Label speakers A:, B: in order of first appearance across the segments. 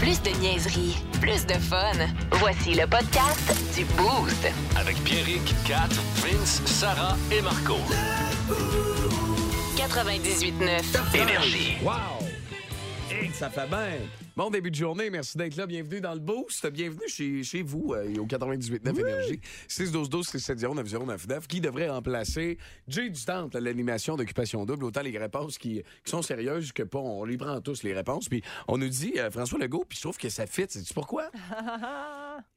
A: Plus de niaiserie, plus de fun. Voici le podcast du Boost.
B: Avec Pierrick, Kat, Vince, Sarah et Marco.
A: 98.9 Énergie.
C: Wow! Hey, ça fait bien! Bon début de journée, merci d'être là. Bienvenue dans le Boost. Bienvenue chez, chez vous euh, au 98.9 Énergie. 6 12 12 6 7 0 9 0 9 9 qui devrait remplacer Jay du Temple à l'animation d'Occupation Double. Autant les réponses qui, qui sont sérieuses que pas. On les prend tous, les réponses. Puis on nous dit euh, François Legault, puis je trouve que ça fit. Sais-tu pourquoi?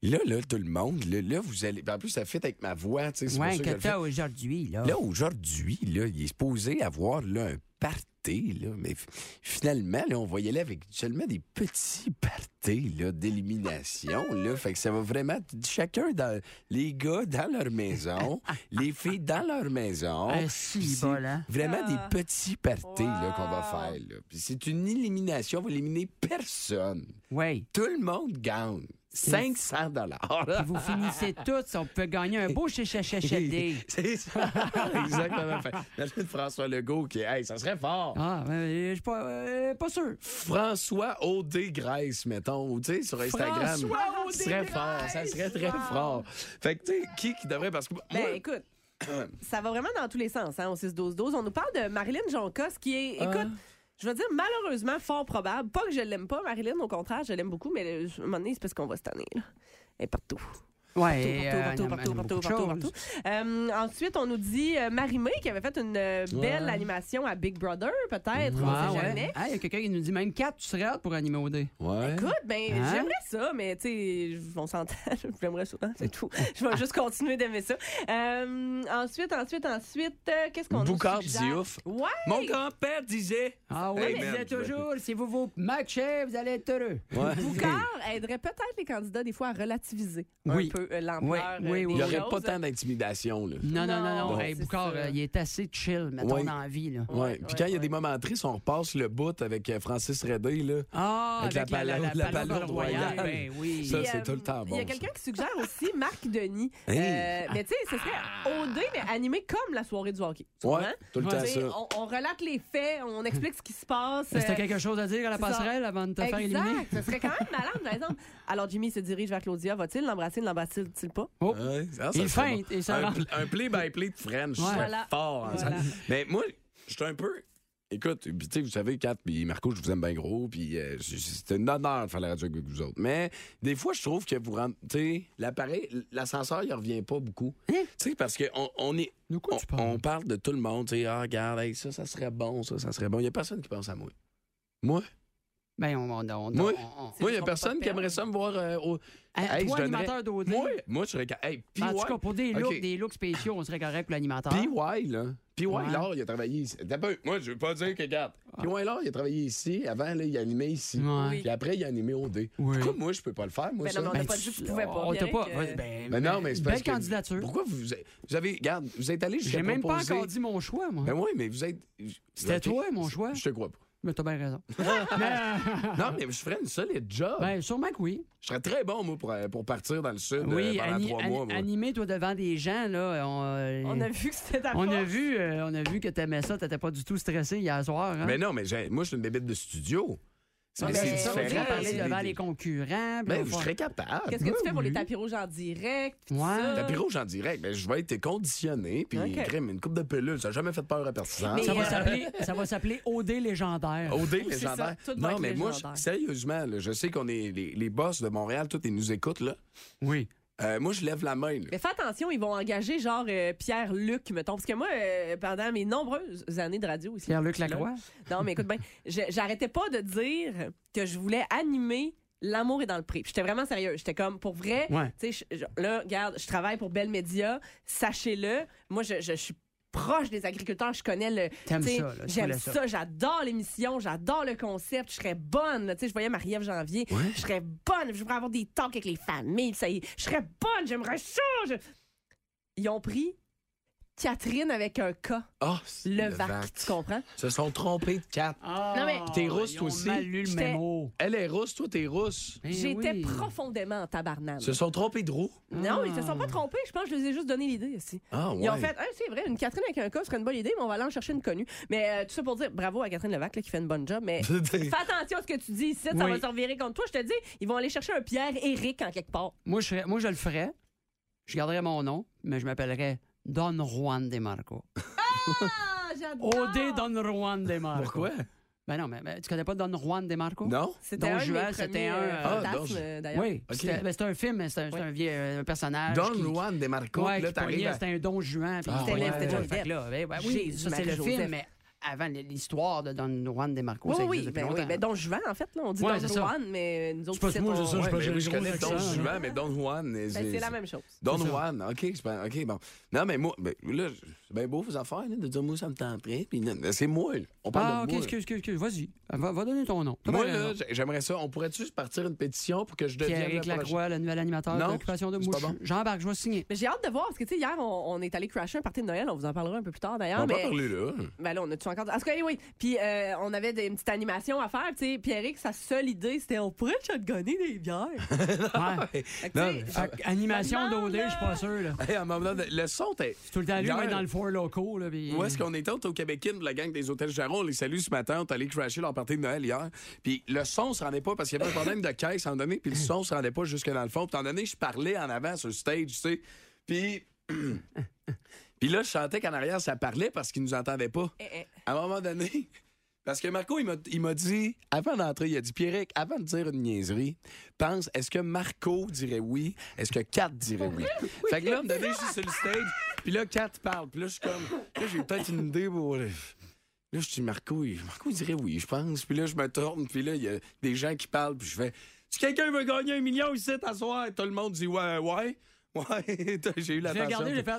C: là, là, tout le monde, là, là, vous allez... En plus, ça fit avec ma voix. tu sais, c'est pour
D: Ouais,
C: ça que
D: que
C: je le fais.
D: t'as aujourd'hui, là.
C: Là, aujourd'hui, là, il est supposé avoir là, un party, là, mais f- finalement, là, on va y aller avec seulement des petits parties là, d'élimination. Là, fait que ça va vraiment chacun dans les gars dans leur maison, les filles dans leur maison.
D: Un cibole,
C: C'est
D: hein?
C: Vraiment des petits parties là, qu'on va faire. là. Puis c'est une élimination, on va éliminer personne.
D: Oui.
C: Tout le monde gagne. 500 dollars.
D: Puis vous finissez toutes, on peut gagner un beau chez CHHLD.
C: C'est ça. Exactement. Fait, Imagine François Legault qui, hey, ça serait fort.
D: Ah, euh, je suis pas, euh, pas sûr.
C: François O.D. Grèce, mettons, ou tu sais, sur Instagram.
D: François O.D.
C: Ça serait fort. Ça serait très fort. Fait que, tu sais, qui qui devrait, parce que moi,
E: Ben, écoute, ça va vraiment dans tous les sens, hein, au 6-12-12. On nous parle de Marilyn Joncas, qui est,
D: Ah.
E: écoute, je veux dire, malheureusement, fort probable. Pas que je l'aime pas, Marilyn, au contraire, je l'aime beaucoup, mais euh, à un moment donné, c'est parce qu'on va cette année, là. Elle est partout.
D: Ouais,
E: Partout,
D: euh,
E: partout,
D: on a
E: partout, partout,
D: beaucoup de
E: partout,
D: choses.
E: partout. Euh, ensuite, on nous dit euh, Marie-Mé qui avait fait une euh, belle
C: Ouais.
E: animation à Big Brother, peut-être,
D: Ah,
E: on sait
D: ouais.
E: jamais.
D: Ah, il y a quelqu'un qui nous dit même 4, tu serais hâte pour animer au dé.
C: Ouais.
E: Écoute, ben,
D: Hein?
E: j'aimerais ça, mais tu sais, on s'entend. J'aimerais ça, c'est tout. Je vais juste continuer d'aimer ça. Euh, ensuite, ensuite, ensuite, euh, qu'est-ce qu'on a?
C: Boucard
E: suggère?
C: Diouf.
E: Ouais!
C: Mon grand-père disait.
D: Ah oui,
C: Hey,
D: il
C: man,
D: disait
C: je vais-
D: toujours, si vous vous matchez, vous allez être heureux.
C: Ouais.
E: Boucard aiderait peut-être les candidats, des fois, à relativiser un
D: Oui.
E: peu euh, l'ampleur
D: Oui,
E: euh,
D: oui,
E: des
D: oui.
C: Il n'y aurait
E: choses.
C: pas tant d'intimidation, là.
D: Non, non, non, non.
E: Non,
D: Hey,
E: c'est
D: Boucard,
E: ça.
D: euh, il est assez chill, mettons,
C: Ouais.
D: dans la vie, là.
C: Ouais. Puis quand il y a
E: ouais,
C: des moments tristes, on repasse le bout avec euh, Francis Redé, là.
D: Ah,
C: Avec la palourde- la palourde royale.
D: Ben oui.
C: Ça,
E: Puis,
C: c'est
E: euh,
C: tout le temps bon,
E: Il y a
C: ça.
E: quelqu'un qui suggère aussi Marc Denis.
C: Hey.
E: Euh, mais tu sais, ce serait OD, mais animé comme la soirée du hockey. Tu
C: Ouais,
E: comprends?
C: tout le
E: Tu
C: temps
E: sais,
C: ça.
E: On, on relate les faits, on explique ce qui se passe.
D: Est-ce que t'as
E: euh,
D: quelque chose à dire à la
E: c'est ça.
D: passerelle avant de te faire
E: exact.
D: éliminer?
E: Ce serait quand même malade, par exemple. Alors, Jimmy se dirige vers Claudia. Va-t-il l'embrasser, ne l'embrasse-t-il pas?
D: Oh.
C: Ouais, ça,
D: Il
C: serait
D: feinte et ça
C: un,
D: rentre.
C: pl- un play-by-play de French.
D: Ouais.
C: c'est
E: Voilà.
C: fort. hein, ça.
E: Voilà.
C: Mais moi, je suis un peu. Écoute, puis tu sais, vous savez, Kat puis Marco, je vous aime bien gros, puis euh, c'est- c'est un honneur de faire la radio avec vous autres. Mais des fois, je trouve que vous rentrez, tu sais, l'appareil, l'ascenseur, il revient pas beaucoup. Tu sais, parce qu'on on est.
D: De quoi
C: on,
D: tu parles?
C: on parle de tout le monde, tu sais, ah, regarde, hey, ça, ça serait bon, ça, ça serait bon. Il y a personne qui pense à moi. Moi?
D: Ben, on, on, on,
C: Moi?
D: on- on-
C: Moi, il y a
E: qu'on
C: personne
E: peut pas
C: qui aimerait
E: perdre.
C: ça me voir euh, au.
D: Hey, toi,
C: je donnerais-
D: animateur d'OD.
C: Moi, moi, je serais. ca- Hey, puis
D: En tout
C: ouais.
D: cas, pour des looks,
C: OK.
D: des looks spéciaux, on serait correct pour l'animateur.
C: PY, là. PY,
D: Ouais.
C: là, il a travaillé ici. T'as pas- Moi, je veux pas dire que, regarde. PY, là, il a travaillé ici. Avant, là, il animait ici.
D: Ouais. Oui.
C: Puis après, il a animé au D.
D: Oui.
C: Pourquoi moi, je peux pas le faire, moi,
E: Ben
C: ça?
E: non, mais on a pas dit que tu pouvais pas.
D: On t'a
E: Pierrick,
D: pas.
E: euh,
D: ben,
C: Ben non, mais c'est parce
D: Belle
C: que-
D: candidature.
C: Pourquoi vous, vous avez. Regarde, vous êtes allé jusqu'à
D: J'ai même pas
C: proposer-
D: encore dit mon choix, moi.
C: Ben oui, mais vous êtes.
D: C'était
C: Ok,
D: toi, mon
C: je-
D: choix.
C: Je te crois pas.
D: Mais t'as bien raison. Mais,
C: Non, mais je ferais une solide job.
D: ben, sûrement que oui.
C: Je serais très bon, moi, pour, euh, pour partir dans le sud
D: Oui,
C: euh, pendant
D: ani-
C: trois
D: ani-
C: mois, moi.
D: animer, toi, devant des gens, là. On, euh,
E: On a vu que c'était ta
D: on a
E: force.
D: vu, euh, on a vu que t'aimais ça, t'étais pas du tout stressé hier soir. hein.
C: Mais Ben non, mais j'ai- moi, je suis une bébête de studio.
D: Ah,
C: Mais
D: ben,
C: c'est
D: ça, on
C: différent,
D: devrait parler
C: c'est
D: devant
C: des-
D: les concurrents. puis
C: Ben,
D: on
C: je
D: va-
C: serais capable.
E: Qu'est-ce que tu fais pour les
D: oui.
E: tapis rouges en direct? pis tout
D: Ouais.
E: ça?
C: Tapis rouge en direct, ben, je vais être conditionné, puis
E: Euh. Ok.
C: crème, une coupe de pelule, ça n'a jamais fait peur à personne.
E: Mais-
D: Ça
E: Euh,
D: va s'appeler- Ça va s'appeler OD légendaire.
C: OD
E: c'est
C: légendaire.
E: ça, tout va
C: non,
E: être
C: mais moi,
E: légendaire.
C: je- sérieusement, là, je sais qu'on est les, les boss de Montréal, tous ils nous écoutent, là.
D: Oui.
C: Euh, moi, je lève la main, là.
E: Mais fais attention, ils vont engager genre euh, Pierre-Luc, mettons. Parce que moi, euh, pendant mes nombreuses années de radio ici.
D: Pierre-Luc Lacroix.
E: Non, mais écoute bien, je- j'arrêtais pas de dire que je voulais animer L'amour est dans le prix. Puis J'étais vraiment sérieux. J'étais comme, pour vrai,
D: Ouais.
E: tu sais, je- je- là, regarde, je travaille pour Bell Media, sachez-le. Moi, je, je suis proche des agriculteurs, je connais le...
D: T'aimes
E: tu sais,
D: ça, là, tu
E: J'aime
D: voulais
E: ça,
D: ça.
E: j'adore l'émission, j'adore le concept, je serais bonne. là. Tu sais, je voyais Marie-Ève Janvier, je serais bonne, je voudrais avoir des talks avec les familles, ça y est, je serais bonne, j'aimerais ça. je- Ils ont pris Catherine avec un K.
C: Ah, c'est
E: Levac,
C: Levac.
E: tu comprends?
C: Se sont trompés de quatre.
D: Ah,
E: Non, mais-
C: T'es rousse,
D: ils
C: toi
D: ont
C: aussi?
D: mal lu le
E: J'étais-
D: mémo.
C: Elle est rousse, toi, t'es rousse.
D: Eh
E: J'étais
D: oui.
E: profondément en tabarnane.
C: Se sont trompés de roue.
E: Non,
D: Ah.
E: ils se sont pas trompés. Je pense que je les ai juste donné l'idée aussi.
C: Ah, ouais.
E: Ils ont fait, Hein, c'est vrai, une Catherine avec un cas serait une bonne idée, mais on va aller en chercher une connue. Mais euh, tout ça pour dire bravo à Catherine Levac là, qui fait une bonne job. Mais fais attention à ce que tu dis ici, ça
D: Oui.
E: va se revirer contre toi. Je te dis, ils vont aller chercher un Pierre-Éric en quelque part.
D: Moi, je, serais- moi, je le ferais. Je garderais mon nom, mais je m'appellerais Don Juan De Marco.
E: Ah, j'adore!
D: OD Oh, Don Juan De Marco.
C: Pourquoi?
D: Ben non, mais, mais tu connais pas Don Juan De Marco?
C: Non?
E: C'était
D: Don
E: un, de mes
D: Juan,
E: premiers,
D: c'était un,
E: euh,
D: euh,
C: Ah,
E: fantasmes,
C: Don-
E: euh, d'ailleurs.
D: Oui,
C: Ok.
D: c'était- ben, c'est un film, mais c'est un, c'est un vieux euh,
E: Ah,
D: personnage.
C: Don
D: qui- qui-
C: Juan de Marco,
D: Ouais,
C: là,
D: qui pognait,
C: t'arrives. à-
D: c'était un Don Juan. puis
C: Ah,
D: il pognait
C: ouais.
D: le
C: C'était
D: Don.
E: Joseph.
D: Fait que là, ben, ben oui,
E: Jésus,
D: ça, c'est le
E: Marie-Joseph.
D: film, mais avant l'histoire de Don Juan De Marco,
E: Oui,
D: ça
E: oui,
D: existe depuis
E: ben oui,
D: longtemps.
E: ben Don Juan, en fait, là, on dit
D: Ouais,
E: Don
D: c'est ça.
E: Juan, mais nous autres,
D: pas
E: ici,
D: moi,
E: on-
D: c'est ça,
E: Ouais,
C: Ouais,
D: pas
C: mais
D: j'ai
C: oui, je
D: gros
C: connais Don
D: accent,
C: Juan, mais Don Juan.
E: hein. ben, c'est la même chose.
C: Don
D: C'est ça.
C: Juan, OK, je pense- OK, bon. Non, mais moi, ben, là, c'est bien beau vos affaires, là, de dire moi, ça me tenterait. Puis, non, c'est moi, là. On parle
D: Ah,
C: de
D: ok,
C: moi.
D: excuse, excuse, excuse. Vas-y, euh, va, va donner ton nom. T'as
C: Moi,
D: bien raison.
C: là, j'aimerais ça. On pourrait-tu partir une pétition pour que je devienne
D: Pierre-Éric
C: le prochain-
D: Lacroix, le nouvel animateur
C: Non,
D: d'Occupation de
C: c'est
D: Mouche.
C: pas bon.
D: J'embarque, je vais signer.
E: Mais j'ai hâte de voir, parce que, tu sais, hier, on, on est allé crasher un party de Noël, on vous en parlera un peu plus tard, d'ailleurs.
C: On va
E: mais-
C: parler là.
E: Ben là, on a-tu encore. En tout cas, oui. Puis euh, on avait des, une petite animation à faire. Tu sais, Pierrick, sa seule idée, c'était on pourrait shotgunner des bières.
D: Ouais.
E: Fait que,
C: Non,
E: tu sais,
D: Fait que animation
E: Demande,
D: d'OD, je suis pas sûr. là.
C: Hey, à un moment donné, le son, t'es.
D: Tout le temps, lui,
C: Hier,
D: mais dans le four local. Là, puis- euh,
C: Où est-ce qu'on était? On était au Québec Inn, la gang des hôtels Jaron. On les salue ce matin. On est allé crasher leur partie de Noël hier. Puis le son se rendait pas parce qu'il y avait un problème de caisse à un moment donné. Puis le son se rendait pas jusque dans le fond. Puis à un moment donné, je parlais en avant sur le stage, tu sais. Puis. Puis là, je sentais qu'en arrière, ça parlait parce qu'ils nous entendaient pas.
E: eh, eh.
C: À un moment donné, parce que Marco, il m'a- il m'a dit, avant d'entrer, il a dit Pierrick, avant de dire une niaiserie, pense, est-ce que Marco dirait oui Est-ce que Kat dirait oui Fait que là, me donné, je suis sur le stage, puis là, Kat parle, puis là, je suis comme, là, j'ai peut-être une idée pour. Là, je dis Marco, il, Marco il dirait oui, je pense. Puis là, je me tourne, puis là, il y a des gens qui parlent, puis je fais Si quelqu'un veut gagner un million ici, t'asseoir, tout le monde dit ouais, ouais. Ouais, j'ai eu la
D: J'ai regardé, j'ai fait.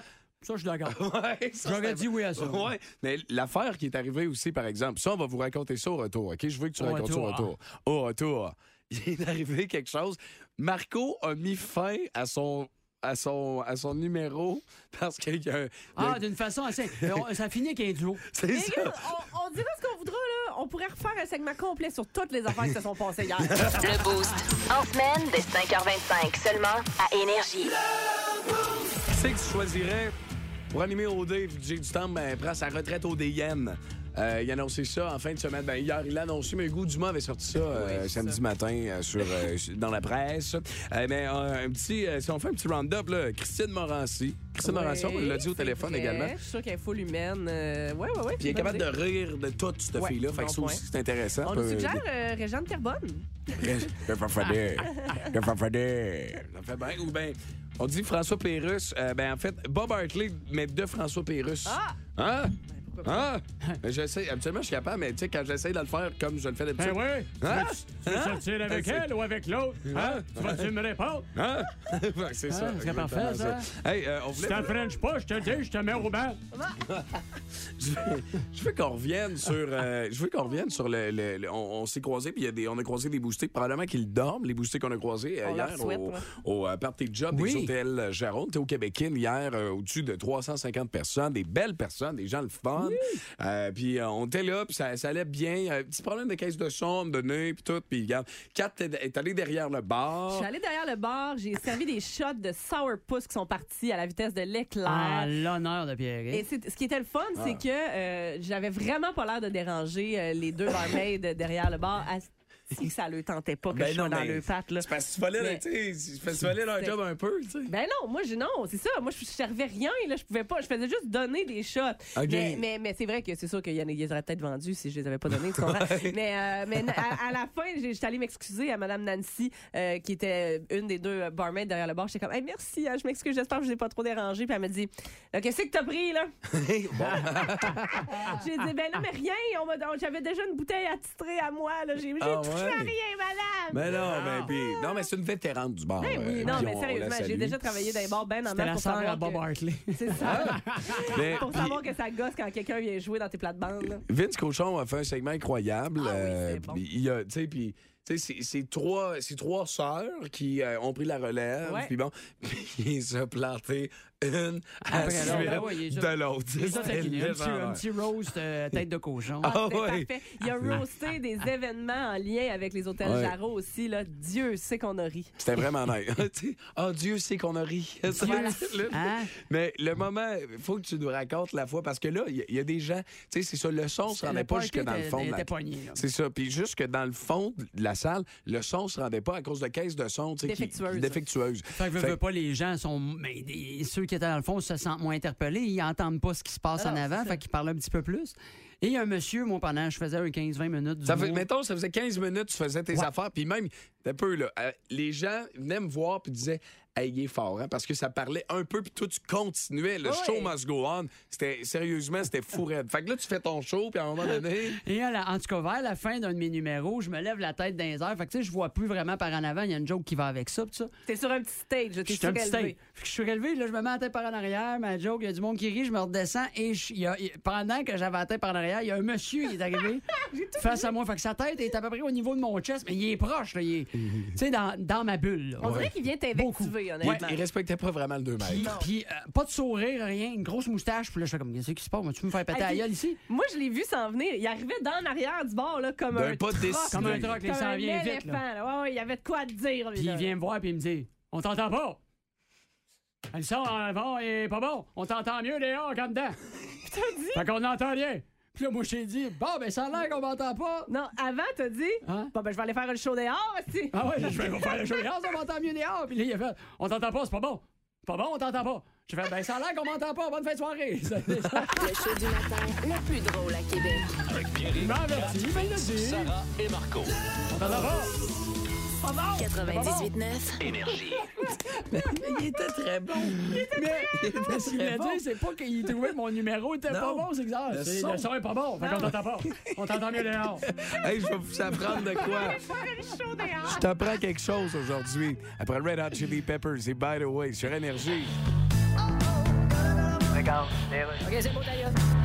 D: Ça, je suis d'accord.
C: Ouais, ça,
D: J'aurais
C: c'était
D: dit oui à ça.
C: Ouais, mais l'affaire qui est arrivée aussi, par exemple, ça, on va vous raconter ça au retour, OK? Je veux que tu
D: Au
C: racontes ça au
D: retour,
C: retour. Au retour, il est arrivé quelque chose. Marco a mis fin à son, à son, à son numéro parce qu'il y a un...
D: Ah, d'une façon assez. on- Ça finit avec un duo.
C: C'est
E: Les
C: ça.
E: gars, on, on dira ce qu'on voudra, là. On pourrait refaire un segment complet sur toutes les affaires qui se sont passées hier.
A: Le Boost. En semaine, dès 5h25, seulement à Énergie.
C: Qui c'est que tu choisirais pour animer au dé du DJ du temps, ben, prend sa retraite au DN. Euh, il a annoncé ça en fin de semaine. Ben, hier, il l'a annoncé, mais Hugo Dumas avait sorti ça euh, samedi matin euh, sur, euh, dans la presse. Euh, mais euh, un petit, euh, si on fait un petit round-up, là, Christine Morancy. Christine Morancy, on l'a dit au
E: Oui,
C: téléphone
E: c'est vrai.
C: également.
E: Je suis sûre qu'elle est full humaine. Euh, ouais, ouais, ouais.
C: Puis il est
E: bonne
C: capable de
E: idée.
C: rire de tout, cette
E: Ouais,
C: fille-là. Fait que
E: bon
C: ça aussi,
E: point.
C: c'est intéressant.
E: On
C: Peu-
E: nous suggère euh, Régent de Terrebonne.
C: Le farfadet. Le farfadet. Ça fait bien. Ou bien, on dit François Pérus. euh, ben, en fait, Bob Hartley, mais de François Pérus.
E: Ah!
C: Hein?
E: pourquoi
C: Hein? Mais j'essaie, habituellement, je suis capable, mais tu sais, quand j'essaie de le faire comme je le fais d'habitude.
D: Ben oui.
C: Hein?
D: sortir avec elle ou avec l'autre?
C: Hein?
D: Tu vas-tu me répondre?
C: Hein? Fait que c'est ça.
D: ce serait parfait,
C: exactement Hey, euh, on voulait.
D: French pas, je te dis, je te mets au bain.
C: Je veux, je veux qu'on revienne sur. euh, je veux qu'on revienne sur le. le- le- on on s'est croisés, puis il y a des, on a croisé des boostés. Probablement qu'ils dorment, les boostés qu'on a croisés euh,
E: On leur
C: hier
E: souhaite,
C: au,
E: ouais.
C: au, euh, party de job
D: Oui.
C: des hôtels Jaron. T'es au Québec Inn hier, euh, au-dessus de 350 personnes, des belles personnes, des gens le fun. Euh, puis euh, on était là, puis ça, ça allait bien. Il y a Un petit problème de caisse de son, de nez, puis tout. Puis regarde, Kat est, est allée derrière le
E: Je
C: bar.
E: suis allée derrière le bar, j'ai servi des shots de sourpuss qui sont partis à la vitesse de l'éclair.
D: Ah, l'honneur de Pierre. hein.
E: Et c'est- ce qui était le fun, c'est
C: Ah.
E: que euh, j'avais vraiment pas l'air de déranger euh, les deux barmaids derrière le bar. à- Si ça le tentait pas que
C: Ben
E: je sois
C: non,
E: dans
C: mais
E: le pattes, là.
C: C'est parce que tu volais,
E: Mais-
C: tu sais, c'est parce que tu volais leur
E: C'est-
C: job un peu, tu sais.
E: Ben non, moi, je, non, c'est ça. Moi, je servais rien, là. Je pouvais pas. Je faisais juste donner des shots.
C: Ok.
E: Mais, mais, mais c'est vrai que c'est sûr qu'il y en a- ils les auraient peut-être vendus si je les avais pas donnés, tu comprends? mais euh, mais na- à, à la fin, j'ai- j'étais allée m'excuser à Madame Nancy, euh, qui était une des deux barmaids derrière le bar. J'étais comme, Hey, merci, hein, je m'excuse, j'espère que je vous ai pas trop dérangé. Puis elle me dit, Là, qu'est-ce que t'as pris, là? J'ai dit, ben non, mais rien. On m'a- on- J'avais déjà une bouteille attitrée à moi, là. J'ai j'ai
C: Ah
E: touché
C: ouais?
E: à rien, madame.
C: Mais non, mais puis- non, mais c'est une vétérane du bar.
E: Ah. Ben oui,
C: euh,
E: non,
C: puis
E: mais
C: on- on la
E: sérieusement, j'ai
C: salue.
E: déjà travaillé dans les bars ben en
D: C'était
E: main
D: la
E: pour
D: sœur à
E: savoir
D: Bob
E: que-
D: Hartley.
E: C'est ça.
D: Ah,
C: Mais-
E: pour
C: puis-
E: savoir que ça gosse quand quelqu'un vient jouer dans tes plates-bandes. là.
C: Vince Cochon a fait un segment incroyable.
E: Ah oui, c'est
C: euh,
E: bon.
C: puis Il y a, tu sais, puis Tu sais, c'est- c'est trois, c'est trois sœurs qui euh, ont pris la relève,
E: Ouais.
C: puis bon, puis ils se plantaient une à la
D: Après l'autre.
C: suite
E: Ben
D: Ah ouais, ils ont-
C: de l'autre.
D: C'est ça,
C: C'était
D: un petit, un
C: légendaire.
D: petit roast euh, tête de cochon.
C: Ah,
E: C'était
C: ouais.
E: parfait. Il a roasté des événements en lien avec les hôtels
C: Ouais.
E: Jarreau aussi. Là. Dieu sait qu'on a ri.
C: C'était vraiment nice. Tu sais, oh Dieu sait qu'on a ri. Le-
E: Ah.
D: Hein?
C: Mais le moment, il faut que tu nous racontes la fois, parce que là, il y, a- il y a des gens, tu sais, c'est ça, le son se
D: Le
C: rendait pas
D: party
C: jusque dans le
D: était-
C: fond. de la-
D: était pogné, là.
C: C'est ça. Puis jusque dans le fond de la salle, le son se rendait pas à cause de caisses de son, tu sais, qui-
E: Défectueuses.
C: défectueuses.
D: Fait que veux,
C: Fait-
D: veux pas, les gens sont. Mais des- ceux qui étaient dans le fond se sentent moins interpellés. Ils entendent pas ce qui se passe
E: Ah,
D: en
E: c'est
D: avant.
E: ça.
D: Fait qu'ils parlent un petit peu plus. Et il y a un monsieur, moi, pendant, je faisais un 15-20 minutes du
C: Ça fait, mettons, ça faisait 15 minutes, tu faisais tes
D: Ouais.
C: affaires, puis même, un peu, là, euh, les gens venaient me voir puis disaient, hey, il est fort, hein, parce que ça parlait un peu, puis toi, tu continuais, le
E: Ouais.
C: show must go on. C'était, sérieusement, c'était fou raide. Fait que là, tu fais ton show, puis à un moment donné,
D: Et à la- en tout cas, vers la fin d'un de mes numéros, je me lève la tête dans les airs. Fait que tu sais, je vois plus vraiment par en avant. Il y a une joke qui va avec ça. pis ça.
E: T'es sur un petit stage.
D: Je
E: T'es
D: suis un petit
E: surélevé.
D: teint. Fait que Je suis relevé, là, je me mets la tête par en arrière, ma joke, il y a du monde qui rit, je me redescends et je- il y a- il- pendant que j'avais la tête par en arrière, il y a un monsieur qui est arrivé face à moi. Fait que sa tête est à peu près au niveau de mon chest, mais il est proche, là, il est, tu sais, dans, dans ma bulle. là.
E: On dirait qu'il vient t'invectiver,
C: il,
E: honnêtement.
C: il respectait pas vraiment le 2 mètres.
D: Puis, puis, euh, pas de sourire, rien, une grosse moustache. Puis là, je fais comme, qu'est-ce qui se passe? Tu me faire péter
E: Ah,
D: la
E: puis-
D: gueule ici?
E: Moi, je l'ai vu s'en venir. Il arrivait dans l'arrière du bord, là, comme
C: D'un
E: un
C: pas
E: troc,
C: décidé.
D: Comme un truc, il
E: comme
D: s'en
E: un
D: vient
E: éléphant.
D: vite. Là.
E: là. Ouais, ouais, il y avait de quoi te dire. lui,
D: Puis
E: là.
D: il vient me voir, puis il me dit, on t'entend pas! Ah, Le son en avant est pas bon. On t'entend mieux dehors qu'en dedans.
E: T'as dit-
D: Fait qu'on n'entend rien. Puis là, moi, j'ai dit, bon, ben, ça a l'air qu'on m'entend pas.
E: Non, avant, t'as dit,
D: Hein?
E: bon, ben, je vais aller faire le show dehors aussi.
D: Ah ouais, là, je vais vous faire le show. Ah, ça m'entend mieux dehors. Puis là, il a fait, on t'entend pas, c'est pas bon. Pas bon, on t'entend pas. J'ai fait, ben, ça a l'air qu'on m'entend pas. Bonne fin de soirée.
A: Le show du matin le plus drôle à Québec.
B: Avec Pierrick,
D: Il m'a averti, il m'a dit.
B: Sarah et Marco.
D: On t'entend pas.
A: 98.9.
B: Énergie.
C: Il était très bon.
D: Mais ce qu'il m'a
C: bon.
D: dit, c'est pas qu'il trouvait que mon numéro était pas
C: Non.
D: bon, c'est que ça.
C: Le
D: c'est-
C: son.
D: Le son est pas bon. Fait qu'on t'entend pas. On t'entend mieux dehors.
C: hey, je vais vous apprendre de quoi.
E: Faire
D: Ah,
E: le show dehors.
C: Je t'apprends quelque chose aujourd'hui. Après Red Hot Chili Peppers et By the Way sur Énergie.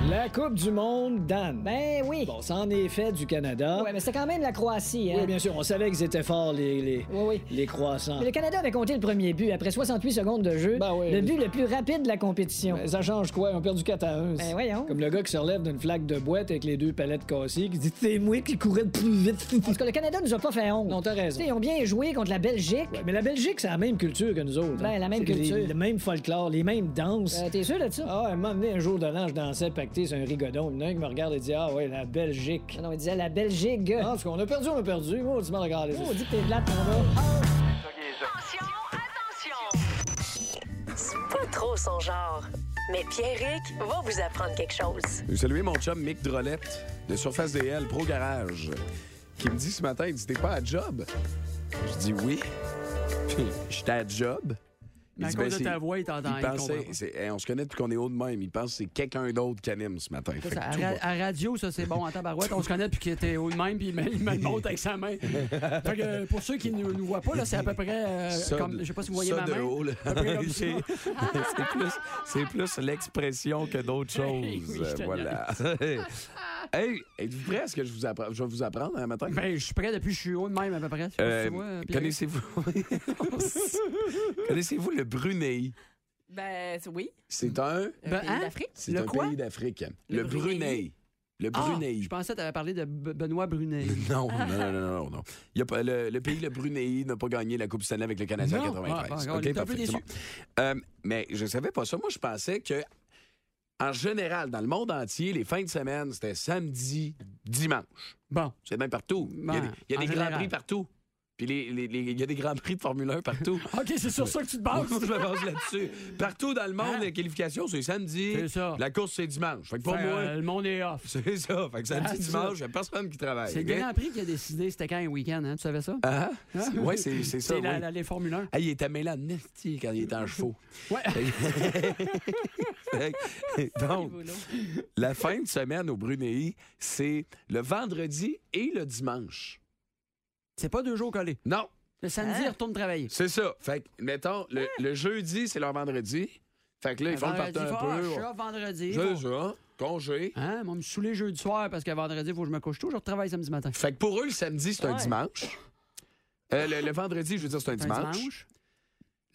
F: La Coupe du Monde, Dan.
G: Ben oui.
F: Bon, c'en est fait du Canada.
G: Ouais, mais c'est quand même la Croatie, hein.
F: Oui, bien sûr, on savait qu'ils étaient forts, les, les,
G: Oui, oui.
F: les croissants.
G: Mais le Canada avait compté le premier but après 68 secondes de jeu.
F: Ben oui.
G: Le but le plus rapide de la compétition.
F: Mais ça change quoi? On perd du 4 à 1. c'est-
G: Ben voyons.
F: Comme le gars qui se relève d'une flaque de boîte avec les deux palettes cassées, qui dit C'est moi qui courais le plus vite.
G: En tout cas, le Canada nous a pas fait honte.
F: Non, t'as raison.
G: T'sais, ils ont bien joué contre la Belgique.
F: Ouais, mais la Belgique, c'est la même culture que nous autres. hein.
G: Ben, la même
F: C'est les-
G: culture.
F: le même folklore, les mêmes danses.
G: Euh, T'es sûr de ça?
F: Ah, elle m'a amené un jour de l'an, je dansais pacté sur un rigodon. Il y en a un qui me regarde et dit Ah, ouais, la Belgique.
G: Non, Non, il disait la Belgique.
F: Ah, parce qu'on a perdu, on a perdu. Moi, tu m'as regardé.
G: Oh, on dit que t'es de là, ton gars.
A: Attention, attention! C'est pas trop son genre. Mais Pierrick va vous apprendre quelque chose.
C: Je veux saluer mon chum Mick Drolette de Surface DL Pro Garage qui me dit ce matin, il dit, t'es pas à job? Je dis oui. J'étais à job.
D: Mais à
C: dit, ben,
D: cause de
C: c'est-
D: ta voix, il t'entend, il
C: pensait-
D: comprend pas.
C: c'est- hey, on se connaît depuis qu'on est haut de même. Il pense que c'est quelqu'un d'autre qui anime ce matin. Fait que
D: Ça, à,
C: tout
D: ra-
C: va.
D: à radio, ça, c'est bon en tabarouette. On se connaît depuis qu'il était haut de même, puis il me, il me le montre avec sa main. Fait que, euh, pour ceux qui ne nous voient pas, là, c'est à peu près euh,
C: Ça
D: comme.
C: de-
D: Je sais pas si vous voyez
C: ça
D: ma
C: de
D: main.
C: haut, là.
D: À peu près comme ça.
C: C'est c'est plus, c'est plus l'expression que d'autres
D: Oui,
C: choses.
D: je te
C: voilà. hey, êtes-vous prêts à ce que je vous apprends? Je vais vous apprendre un matin.
D: Ben, je suis prêt depuis que je suis haut de même, à peu près. Je sais pas si
C: Euh,
D: tu vois, Pierre.
C: connaissez-vous connaissez-vous le Brunei
E: Ben, c'est- oui.
C: C'est un
E: Un
D: Ben,
E: pays
D: hein?
E: d'Afrique.
C: c'est
D: Le
C: un
D: quoi?
C: pays d'Afrique. Le,
E: Le
C: Brunei.
E: Brunei.
C: Le
D: Ah,
C: Brunei.
D: Je pensais que tu avais parlé de B- Benoît Brunei.
C: Non, non, non, non, non, non. Il y a pas- le, le pays, le Brunei, n'a pas gagné la Coupe Stanley avec le Canadien en
D: Non.
C: 93.
D: Ah, on
C: OK,
D: est un peu
C: parfait, c'est
D: déçus.
C: bon. Euh, mais je savais pas ça. Moi, je pensais que, en général, dans le monde entier, les fins de semaine, c'était samedi, dimanche.
D: Bon.
C: C'est même partout. Il y a des, il y a
D: Ouais,
C: des
D: en
C: grands
D: général.
C: prix partout. Puis les- les- les- il y a des grands prix de Formule 1 partout. Ah,
D: OK, c'est sur ça que tu te
C: Moi,
D: bases.
C: je me base là-dessus. Partout dans le monde,
D: Hein?
C: les qualifications, c'est samedi.
D: C'est ça.
C: La course, c'est dimanche. Fait que pour
D: Fait,
C: moi,
D: euh, le monde est off.
C: c'est ça. Fait que samedi,
D: Ah, c'est
C: dimanche, il
D: ça.
C: n'y a personne qui travaille.
D: C'est le Grand Prix qui a décidé c'était quand un week-end, hein? Tu savais ça?
C: Oui, c'est c'est Ah, ça.
D: C'est la-
C: oui.
D: la- les Formule 1.
C: Ah, il était mêlé à Nestie quand il était en chevaux.
D: Ouais.
C: Fait que- Donc, la fin de semaine au Brunei, c'est le vendredi et le dimanche.
D: C'est pas deux jours collés.
C: Non,
D: Le
E: Ah.
D: samedi, il retourne travailler.
C: c'est ça. Fait que, mettons, le,
D: Ah.
C: le jeudi, c'est leur vendredi. Fait que là, ils font le
D: Vendredi,
C: partant
D: faut-
C: un
D: ah,
C: peu.
D: je suis off vendredi.
C: C'est
D: Faut-
C: ça, congé.
D: Hein, moi, me saouler jeudi soir parce que vendredi, il faut que je me couche tôt. Je retravaille samedi matin.
C: Fait que pour eux, le samedi, c'est un
E: Ouais.
C: dimanche. Euh, le, le vendredi, je veux dire, c'est un
D: C'est un
C: dimanche.
D: dimanche.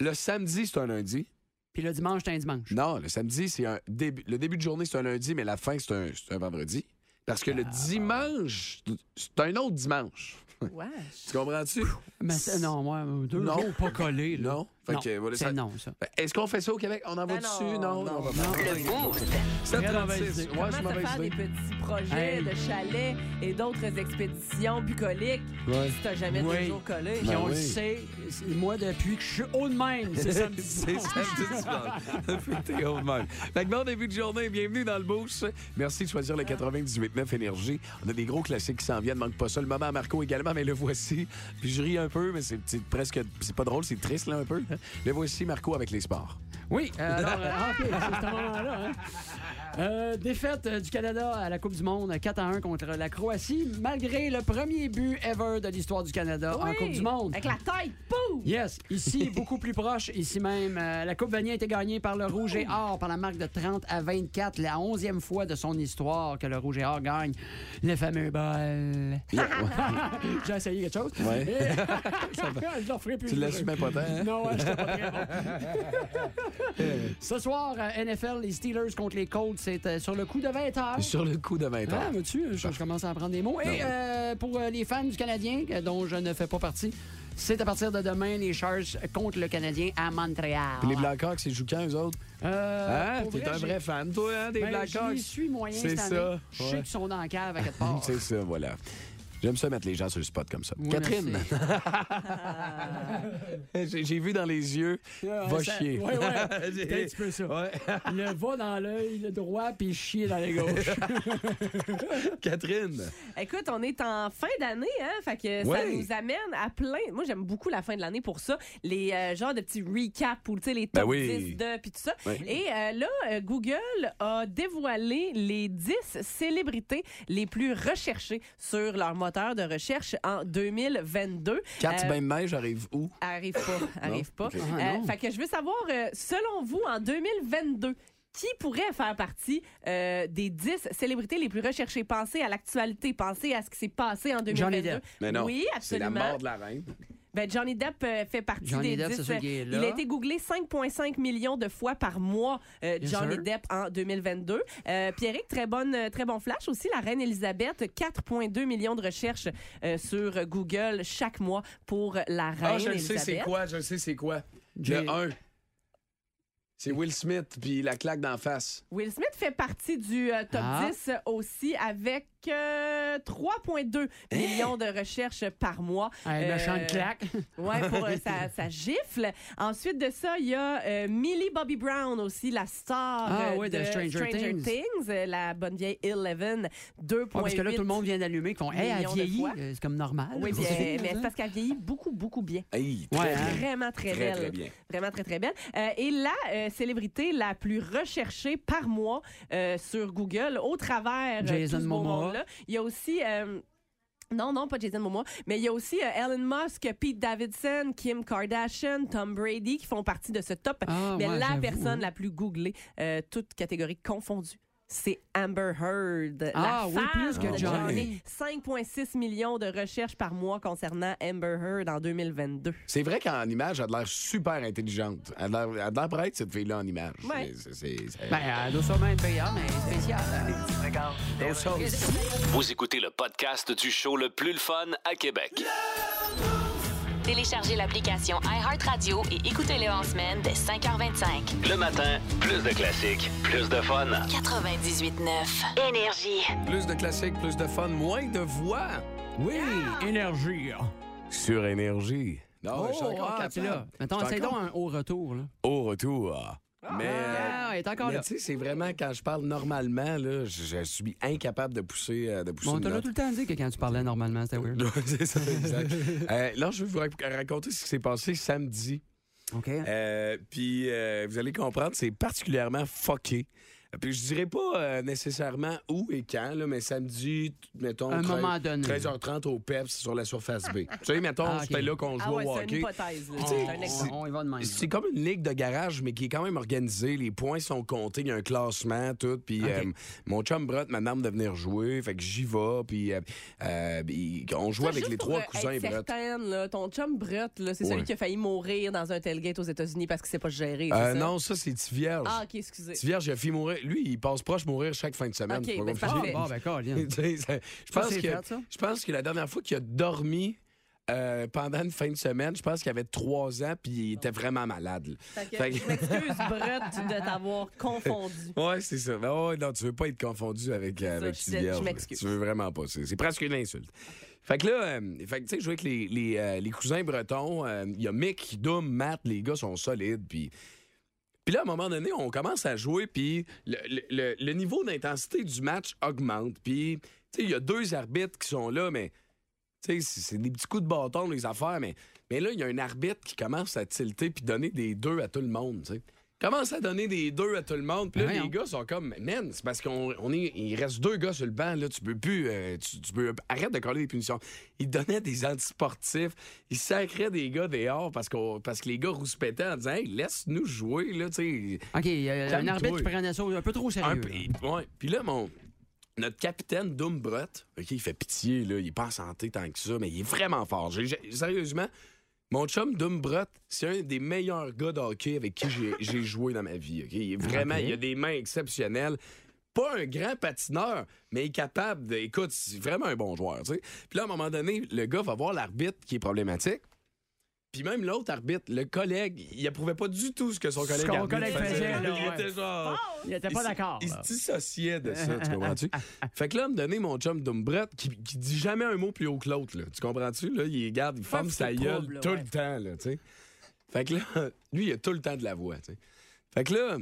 C: Le samedi, c'est un lundi.
D: Puis le dimanche, c'est un dimanche.
C: Non, le samedi, c'est un début. Le début de journée, c'est un lundi, mais la fin, c'est un, c'est un vendredi. Parce que le dimanche, c'est un autre dimanche.
E: Ouais.
C: Tu comprends-tu?
D: Mais c'est- non, moi, euh, deux
C: Non.
D: jours pas collés. là.
C: Non. Fait que, euh, voilà,
D: c'est
C: ça-
D: non, ça.
C: Ben, Est-ce qu'on fait ça au Québec? On en va
E: Ben
C: dessus?
E: non,
C: Non,
E: non,
C: on va
E: non.
C: pas.
A: Le Boost.
D: Très mauvaise
C: 736.
D: idée.
C: Ouais, c'est une
E: Comment se
C: mauvaise
E: faire des
C: idée.
E: petits projets
D: Hey.
E: de chalets et d'autres expéditions bucoliques
C: Ouais.
E: si t'as jamais
D: Oui.
E: toujours collé?
D: Puis
C: Ben
D: on le
C: oui.
D: sait, c'est- moi, depuis que je suis haut de même, c'est samedi
C: C'est
D: dimanche.
C: samedi dimanche. Fêtez au même. Fait que bon début de journée, bienvenue dans le boost. Merci de choisir le 98.9 Énergie. On a des gros classiques qui s'en viennent. Manque pas ça le moment à Marco également, mais le voici. Puis je ris un peu, mais c'est c'est presque... C'est pas drôle, c'est triste là un peu. hein. Le voici, Marco, avec les sports.
D: Oui, euh, alors, euh, ah, ok, c'est ce moment-là. hein. Euh, défaite euh, du Canada à la Coupe du Monde 4 à 1 contre la Croatie, malgré le premier but ever de l'histoire du Canada en
E: Oui,
D: Coupe du Monde.
E: Avec la tête, pouf!
D: Yes, ici, beaucoup plus proche, ici même. euh, la Coupe Vanier a été gagnée par le Rouge et Or, par la marque de 30 à 24, la 11e fois de son histoire que le Rouge et Or gagne le fameux bol. J'ai essayé quelque chose.
C: Ouais.
D: Et- je leur ferai plus.
C: Tu l'assumais pas tant, hein?
D: Non, ouais, j'étais pas très bon. Ce soir, euh, à NFL, les Steelers contre les Colts, c'est euh, sur le coup de 20 heures.
C: Sur le coup de 20
D: Ah,
C: ans.
D: veux-tu? Je, je commence à apprendre des mots. Et euh, pour euh, les fans du Canadien, euh, dont je ne fais pas partie, c'est à partir de demain les Sharks contre le Canadien à Montréal.
C: Puis les Blackhawks, c'est jouent quand, eux autres?
D: Euh,
C: Hein?
D: pour
C: Ah. T'es un
D: j'ai-
C: vrai fan, toi, hein, des
D: ben, Je les
C: Blackhawks?
D: suis moyen
C: C'est
D: cette année.
C: ça,
D: Je sais
C: ouais.
D: qu'ils sont dans la cave à quelque part.
C: C'est ça, voilà. J'aime ça mettre les gens sur le spot comme ça.
D: Oui,
C: Catherine,
D: merci.
C: j'ai j'ai vu dans les yeux, va
D: Euh, Ça-
C: chier.
D: Ouais, ouais. Peut-être un petit peu ça.
C: Ouais.
D: Le va dans l'œil, le droit, puis chier dans les gauches.
C: Catherine.
E: Écoute, on est en fin d'année, hein? Fait que ça
C: Ouais.
E: nous amène à plein. Moi, j'aime beaucoup la fin de l'année pour ça. Les euh, genres de petits recaps ou tu sais, les
C: Ben
E: top
C: oui.
E: 10 de puis tout ça.
C: Ouais.
E: Et euh, là, euh, Google a dévoilé les 10 célébrités les plus recherchées sur leur moteur de recherche en 2022.
C: Quatre
E: Euh,
C: bains de neige, j'arrive où?
E: Arrive pas, arrive pas.
C: Ok.
D: Ah,
E: Euh,
D: non.
E: fait que je veux savoir, euh, selon vous, en 2022, qui pourrait faire partie euh, des 10 célébrités les plus recherchées? Pensez à l'actualité, pensez à ce qui s'est passé en 2022.
D: Johnny Depp.
C: Mais non,
E: oui,
C: c'est la
E: absolument.
C: mort de la reine.
E: Ben, Johnny Depp euh, fait partie
D: Johnny
E: des
D: Depp,
E: 10.
D: c'est sûr qu'il est là.
E: Il a été googlé 5,5 millions de fois par mois, euh,
D: Yes,
E: Johnny
D: sir.
E: Depp, en 2022. Euh, Pierrick, très, bonne, euh, très bon flash aussi. La reine Elisabeth, 4,2 millions de recherches euh, sur Google chaque mois pour la reine
C: Ah, je le sais,
E: Elisabeth.
C: c'est quoi, je le sais, c'est quoi.
D: J'ai-
C: Le 1. C'est Will Smith, puis la claque d'en face.
E: Will Smith fait partie du euh, top
D: Ah.
E: 10 aussi avec euh, 3,2 millions de recherches par mois.
D: Hey,
E: Euh,
D: Méchante Eh? claque.
E: Ouais, pour euh, sa, sa gifle. Ensuite de ça, il y a euh, Millie Bobby Brown aussi, la star
D: Ah
E: euh,
D: ouais, de Stranger Things.
E: euh, la bonne vieille Eleven, 2,8
D: Ouais, parce que là, tout le monde vient d'allumer, qui font Hey, elle
E: millions de
D: vieillit.
E: fois.
D: Euh, C'est comme normal.
E: Oui, bien,
D: C'est-
E: mais c'est parce qu'elle vieillit beaucoup, beaucoup bien.
C: Hey,
D: Ouais,
C: très
D: hein.
C: bien.
E: Vraiment très,
C: Très,
E: belle.
C: très bien.
E: Vraiment très, très belle. Euh, et la euh, célébrité la plus recherchée par mois euh, sur Google, au travers euh,
D: Jason
E: tout ce beau
D: Momoa.
E: monde-là, il y a aussi... euh, non, non, pas Jason Momoa, mais il y a aussi euh, Elon Musk, Pete Davidson, Kim Kardashian, Tom Brady qui font partie de ce top.
D: Ah,
E: mais
D: ouais,
E: la
D: j'avoue,
E: personne
D: hein.
E: la plus googlée, euh, toutes catégories confondues, c'est Amber Heard.
D: Ah,
E: la
D: oui,
E: femme
D: plus que
E: de
D: Johnny.
E: 5,6 millions de recherches par mois concernant Amber Heard en 2022.
C: C'est vrai qu'en image, elle a l'air super intelligente. Elle a l'air- elle a l'air prête, cette fille-là, en image.
E: Ouais.
C: Mais c'est- c'est- c'est-
D: Ben, elle doit sûrement être payante, mais spéciale. hein.
C: D'autres choses.
B: Vous écoutez le podcast du show le plus le fun à Québec.
H: Téléchargez l'application iHeartRadio et écoutez-le en semaine dès 5h25.
B: Le matin, plus de classiques, plus de fun.
H: 98.9. Énergie.
C: Plus de classiques, plus de fun, moins de voix.
D: Oui, énergie.
C: Sur énergie. Non,
D: Oh,
C: je suis encore
D: ah,
C: capable.
D: t'es là. Mettons,
C: Je suis
D: c'est donc
C: encore
D: un haut retour. Là.
C: Au retour. Mais. euh,
D: Ah, elle est encore
C: Mais
D: là.
C: tu sais, c'est vraiment quand je parle normalement, là, je, je suis incapable de pousser, euh, de pousser
D: Bon,
C: une
D: t'as là
C: note.
D: tout le temps dit que quand tu parlais normalement, c'était weird.
C: c'est ça, exact. Euh, là, je vais vous rac- raconter ce qui s'est passé samedi.
D: OK.
C: Euh, Puis euh, vous allez comprendre, c'est particulièrement fucké. Puis je dirais pas euh, nécessairement où et quand, là, mais samedi, t- mettons,
D: Un
C: 13,
D: moment donné.
C: 13h30 au PEPS sur la surface B. tu sais, mettons,
D: Ah, ok.
C: c'était là qu'on
E: Ah
C: jouait
E: ouais,
C: au
E: c'est une
C: hockey.
E: hypothèse. là.
C: Tu sais,
E: C'est un exemple.
C: c'est-
D: On y va de même.
C: C'est comme une ligue de garage, mais qui est quand même organisée. Les points sont comptés, il y a un classement, tout. Puis
D: Ok.
C: euh, mon chum brotte ma dame de venir jouer, fait que j'y vais. Puis euh, euh, il- on joue avec
E: Juste
C: les
E: pour,
C: trois
E: euh,
C: cousins et
E: être
C: brotte.
E: certaine, là, ton chum Brett, là, c'est
C: Ouais.
E: celui qui a failli mourir dans un tailgate aux États-Unis parce qu'il sait pas se gérer. c'est
C: Euh,
E: ça?
C: non, ça, c'est petit vierge.
E: Ah, ok, excusez.
C: Petit vierge, il a fait mourir. Lui, il passe proche mourir chaque fin de semaine.
E: Ok,
C: c'est pas
E: ben,
C: compliqué.
E: parfait.
D: Bon, ben, Colin.
C: Tu sais, ça- je
D: Ça,
C: pense
D: c'est
C: que
D: fait, ça.
C: je pense que la dernière fois qu'il a dormi euh, pendant une fin de semaine, je pense qu'il avait trois ans puis il était vraiment malade. là.
E: Fait que
C: Fait que-
E: Je m'excuse, Brett, de t'avoir confondu.
C: Ouais, c'est ça. Ben ouais, non, tu veux pas être confondu avec, euh, avec
E: je
C: Petit
E: sais, je
C: Vierge, là.
E: m'excuse.
C: Tu veux vraiment pas. C'est c'est presque une insulte. Fait que là, euh, fait que, tu sais, jouer avec les, les, euh, les cousins bretons, euh, il y a Mick, Doom, Matt, les gars sont solides. Puis puis là, à un moment donné, on commence à jouer, puis le, le- le- le niveau d'intensité du match augmente. Puis, tu sais, il y a deux arbitres qui sont là, mais tu sais, c'est c'est des petits coups de bâton, les affaires, mais, mais là, il y a un arbitre qui commence à tilter puis donner des deux à tout le monde, tu sais. Commence à donner des deux à tout le monde. Puis là,
D: Voyons.
C: les gars sont comme, man, c'est parce qu'on on est, il reste deux gars sur le banc, là, tu peux plus, euh, tu, tu peux, arrête de coller des punitions. Ils donnaient des antisportifs, ils sacraient des gars dehors parce, qu'on parce que les gars rouspétaient en disant, hey, laisse-nous jouer, là, tu sais.
D: OK, il y a un
C: Calme-toi.
D: arbitre qui prenait ça un peu trop
C: Un
D: sérieux.
C: peu-
D: là.
C: ouais. Puis là, mon, notre capitaine Doombrot, OK, il fait pitié, là, il est pas en santé tant que ça, mais il est vraiment fort. J'ai- j'ai- sérieusement, mon chum Doombrot, c'est un des meilleurs gars de hockey avec qui j'ai- j'ai joué dans ma vie. OK? Il est vraiment, il a des mains exceptionnelles. Pas un grand patineur, mais il est capable de. Écoute, c'est vraiment un bon joueur. tu sais. Puis là, à un moment donné, le gars va voir l'arbitre qui est problématique. Puis même l'autre arbitre, le collègue, il approuvait pas du tout ce que son
D: Ce
C: collègue,
D: qu'on
C: arbitre
D: collègue faisait, là,
C: Il
D: ouais.
C: était genre-
D: Il n'était
C: il
D: pas
C: se-
D: d'accord.
C: Il
D: là.
C: se dissociait de ça, tu comprends-tu? fait que là, me donner mon chum Dumbrette qui, qui dit jamais un mot plus haut que l'autre, là. Tu comprends-tu? Là, il garde, il ferme
E: parce
C: sa
E: qu'il
C: gueule
E: trouble, là,
C: tout
E: ouais.
C: le temps, là, tu sais. Fait que là, lui, il a tout le temps de la voix, tu sais. Fait que là,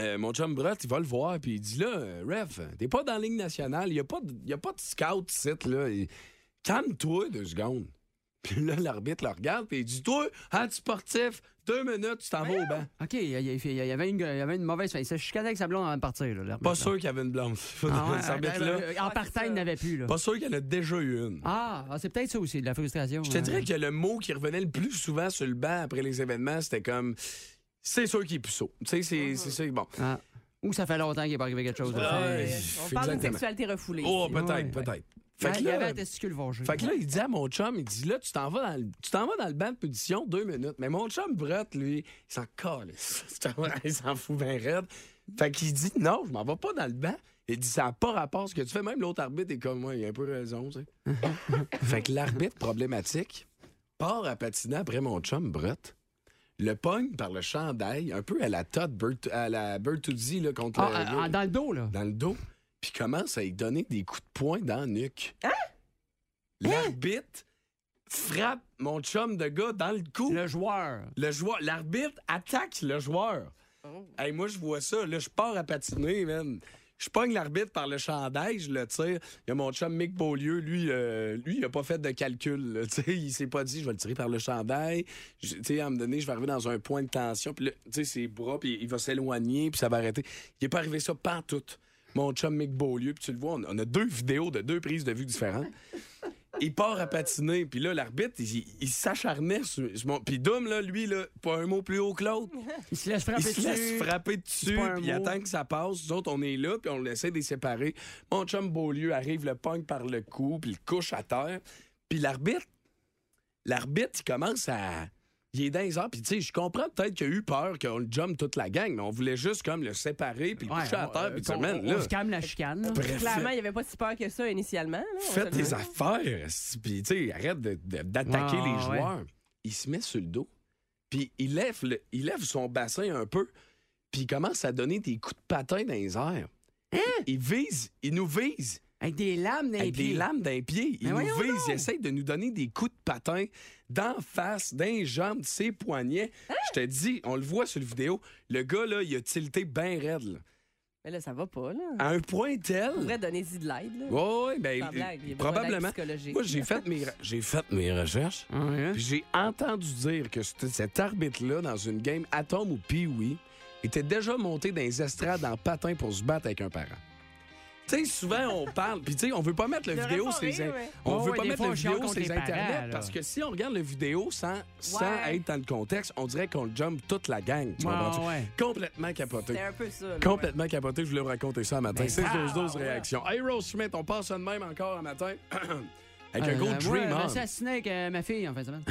C: euh, mon chum Brett, il va le voir, puis il dit là, euh, Ref, t'es pas dans la Ligue nationale, il n'y a, pas de- y a pas de scout site, là. Et- Calme-toi deux secondes. Puis là, l'arbitre le regarde, puis il dit Toi, hein, anti-sportif, deux minutes, tu t'en vas au banc.
D: OK, il y, a- il y a- il y avait une, il y avait une mauvaise fin. Il s'est chicané avec sa blonde avant de partir. Là, l'arbitre,
C: Pas
D: là.
C: sûr qu'il y avait une blonde.
D: Ah ouais,
C: Cet arbitre-là.
D: euh, euh, en partant, il n'avait plus. Là.
C: Pas sûr qu'il y en a déjà eu une.
D: Ah, ah, c'est peut-être ça aussi, de la frustration.
C: Je te
D: hein.
C: dirais que le mot qui revenait le plus souvent sur le banc après les événements, c'était comme c'est sûr qu'il est puceau. Tu sais, c'est c'est ça. Bon.
D: Ah. Ou ça fait longtemps qu'il n'est pas arrivé quelque chose. de
C: Ah,
D: ça.
C: ouais.
E: Euh, On parle d'une
C: Exactement.
E: sexualité refoulée.
C: Oh,
E: ici.
C: peut-être,
D: Ouais.
C: peut-être. Fait
D: Ah,
C: que
D: il y avait
C: là,
D: un testicule vengé.
C: fait que là, il dit à mon chum, il dit là, tu t'en vas dans le, tu t'en vas dans le banc de position deux minutes. Mais mon chum Brett, lui, il s'en colle. il s'en fout bien raide. Fait qu'il dit non, je m'en vais pas dans le banc. Il dit ça n'a pas rapport à ce que tu fais. Même l'autre arbitre est comme moi, il a un peu raison, tu sais. fait que l'arbitre problématique part à patiner après mon chum Brett. Le pogne par le chandail, un peu à la Todd Bert- à la Bertuzzi là, contre
D: Ah,
C: le-
D: ah, ah, dans le dos, là.
C: euh, dans le dos, puis commence à lui donner des coups de poing dans la nuque. L'arbitre frappe mon chum de gars dans le cou.
D: Le joueur.
C: Le joueur, l'arbitre attaque le joueur. Hey, moi, je vois ça. Là, je pars à patiner, man. Je pogne l'arbitre par le chandail, je le tire. Il y a mon chum Mick Beaulieu, lui, euh, lui il a pas fait de calcul. là. Tu sais, il s'est pas dit, je vais le tirer par le chandail. Je- Tu sais, à un moment donné, je vais arriver dans un point de tension. Puis là, tu sais, ses bras, puis il va s'éloigner, puis ça va arrêter. Il est pas arrivé ça pantoute. Mon chum Mick Beaulieu, puis tu le vois, on- on a deux vidéos de deux prises de vue différentes il part à patiner, puis là, l'arbitre, il, il s'acharnait sur, sur mon... Puis Dom, là, lui, là, pas un mot plus haut que l'autre.
D: Il se laisse frapper
C: Il se laisse
D: dessus.
C: frapper dessus,
D: pas un
C: puis il
D: mot.
C: attend que ça passe. Nous autres, on est là, puis on essaie de les séparer. Mon chum Beaulieu arrive, le pogne par le cou, puis le couche à terre. Puis l'arbitre, l'arbitre, il commence à... Il est dans les airs, puis tu sais, je comprends peut-être qu'il a eu peur qu'on le jump toute la gang, mais on voulait juste comme le séparer, puis le
D: Ouais,
C: coucher à
D: on-
C: terre,
D: euh,
C: puis tu
D: qu'on-
C: sais, man, là...
D: On se calme la chicane. là.
C: bref,
E: Clairement, il n'y avait pas si peur que ça initialement. là,
D: Ah,
E: on
C: Faites
E: se le
C: ben, tes
E: dit.
C: affaires. esti. Puis, tu sais, arrête de- de- d'attaquer
D: Ouais,
C: les
D: Ah, ouais.
C: joueurs. Il se met sur le dos. Puis, il lève, le- il lève son bassin un peu. Puis, il commence à donner des coups de patin dans les airs. Il vise, il nous vise
D: Hein? Avec des lames dans les
C: avec des
D: pieds.
C: lames d'un pied. Il
D: Mais
C: nous
D: voyons
C: vise,
D: donc.
C: il essaie de nous donner des coups de patin d'en face, d'un jambe, de ses poignets.
D: Hein?
C: Je te dis, on le voit sur le vidéo, le gars, là, il a tilté bien raide. là.
E: Mais là, ça va pas, là.
C: À un point tel.
E: On devrait donner y de l'aide, là.
C: Ouais, ouais, ben,
E: Sans blague, il y a besoin d'aide
C: probablement.
E: psychologique.
C: Moi, j'ai fait mes, j'ai fait mes recherches.
D: Ouais, hein?
C: Puis j'ai entendu dire que cet cet arbitre-là, dans une game Atom ou Pee-Wee, était déjà monté dans les estrades en patin pour se battre avec un parent. Tu sais, souvent, on parle, puis tu sais, on veut pas mettre le
E: devrait
C: vidéo
E: pas
C: sur les,
E: rire,
C: in-
E: ouais.
C: on
D: Ouais,
C: veut
D: ouais,
C: pas
D: des
C: mettre
D: fois,
C: le
D: on chiale
C: vidéo sur
D: contre
C: les
D: les parents,
C: internets
D: là.
C: parce que si on regarde le vidéo sans, sans
E: Ouais.
C: être dans le contexte, on dirait qu'on jump toute la gang. Tu
D: Ouais,
C: comprends-tu?
D: ouais.
C: Complètement capoté.
E: C'était un peu ça. là,
C: Complètement capoté, je voulais vous raconter ça un matin.
D: Ben,
C: 16 12 12
D: ah, ouais.
C: réactions. Hey Rose Smith, on passe ça de même encore un matin. Avec un
D: Euh,
C: gros
D: moi,
C: dream
D: je me
C: on.
D: suis assassiné avec euh, ma fille en fin de semaine.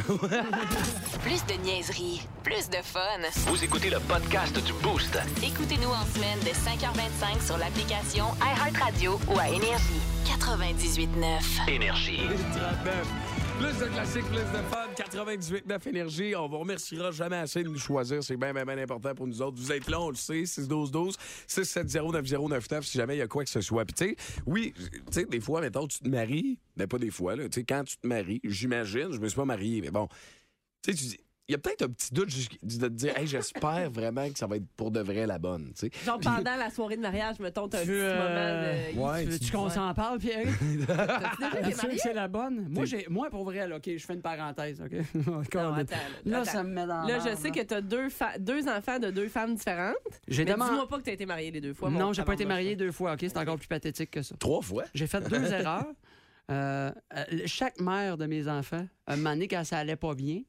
H: Plus de niaiserie, plus de fun.
B: Vous écoutez le podcast du Boost.
H: Écoutez-nous en semaine de 5h25 sur l'application iHeartRadio ou à Énergie. 98.9.
B: Énergie.
C: 39. Plus de classiques, plus de fun. 98.9 Énergie. On vous remerciera jamais assez de nous choisir. C'est bien, bien, bien important pour nous autres. Vous êtes là, on le sait. 6-12-12, 670-9099 si jamais il y a quoi que ce soit. Puis, tu sais, oui, tu sais, des fois, mettons, tu te maries. Mais pas des fois, là. Tu sais, quand tu te maries, j'imagine, je me suis pas marié, mais bon. Tu sais, tu dis. Il y a peut-être un petit doute jusqu'- de te dire, hey, j'espère vraiment que ça va être pour de vrai la bonne. tu sais.
E: Genre pendant la soirée de mariage, mettons, t'as un
D: Tu
E: petit
D: veux, euh,
E: moment de...
C: ouais,
D: tu veux-tu qu'on s'en parle, Pierre?
E: T'as-tu déjà
D: Sûr
E: été
D: que c'est la bonne? Moi, j'ai, moi, pour vrai, là, OK, je fais une parenthèse, OK?
E: marié?
D: Encore une-
E: Non, Ah attends,
D: là,
E: attends.
D: ça me met dans
E: Là,
D: la
E: je
D: merde,
E: sais
D: là.
E: que t'as deux, fa- deux enfants de deux femmes différentes.
D: J'ai
E: mais
D: demandé-
E: dis-moi pas que t'as été mariée les deux fois. mon
D: Non, j'ai pas été
E: tabarnak.
D: marié deux fois, OK? C'est encore plus pathétique que ça.
C: Trois fois.
D: J'ai fait deux erreurs. Euh, euh, chaque mère de mes enfants, un moment donné, quand ça allait pas bien,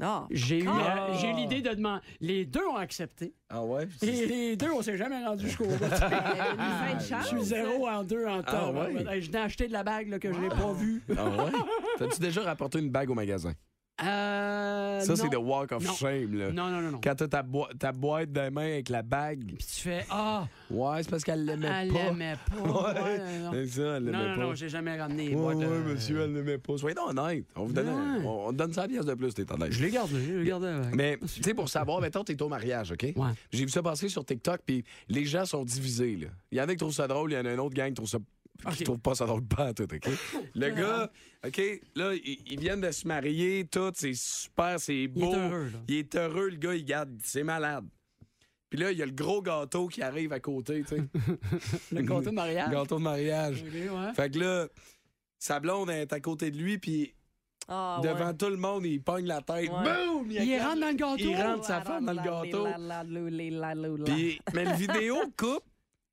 E: Non.
D: j'ai eu
E: Ah!
D: euh, j'ai eu l'idée de demander. Les deux ont accepté.
C: Ah ouais?
D: Et les deux, on s'est jamais rendu jusqu'au bout.
E: fin de
D: Je
E: chance.
D: suis zéro en deux en temps.
C: ouais?
D: Hey, Je n'ai acheté de la bague là, que je n'ai pas vue.
C: Ah ouais? T'as-tu déjà rapporté une bague au magasin?
D: Euh,
C: Ça, c'est
D: non.
C: le walk of
D: Non.
C: shame, là.
D: Non, non, non, non.
C: Euh, Quand t'as ta, boi- ta boîte de main avec la bague.
D: Puis tu fais Ah,
C: Ouais, c'est parce qu'elle l'aimait
D: elle
C: pas.
D: l'aimait pas. Ouais, non.
C: C'est ça, elle l'aimait
D: Non, non,
C: pas.
D: non, j'ai jamais ramené. les
C: ouais,
D: boîtes de-
C: ouais, monsieur, elle l'aimait pas. Soyez donc honnête. On vous donne,
D: Non.
C: on, on te donne 100 pièces de plus, t'es honnête.
D: Je les garde, je les garde. euh, ouais.
C: Mais, tu sais, pour savoir, mettons, t'es au mariage, OK?
D: Ouais.
C: J'ai vu ça passer sur TikTok, puis les gens sont divisés, là. Il y en a qui trouvent ça drôle, il y en a une autre gang qui trouve ça. Qui
D: OK.
C: trouve pas ça drôle pas à tout, OK? Le gars, OK, là, ils ils viennent de se marier, tout, c'est super, c'est beau.
D: heureux, là.
C: Il est heureux, le gars, il garde, c'est malade. Puis là, il y a le gros gâteau qui arrive à côté, tu sais.
D: Le gâteau de mariage.
C: gâteau de mariage.
D: Ok, ouais.
C: Fait que là, sa blonde est à côté de lui, puis
E: Ah, ouais.
C: devant tout le monde, il pogne la tête.
E: Ouais.
C: Boum!
D: Il rentre dans le gâteau.
C: Il rentre sa femme dans le gâteau.
E: Puis
C: Puis, mais le vidéo coupe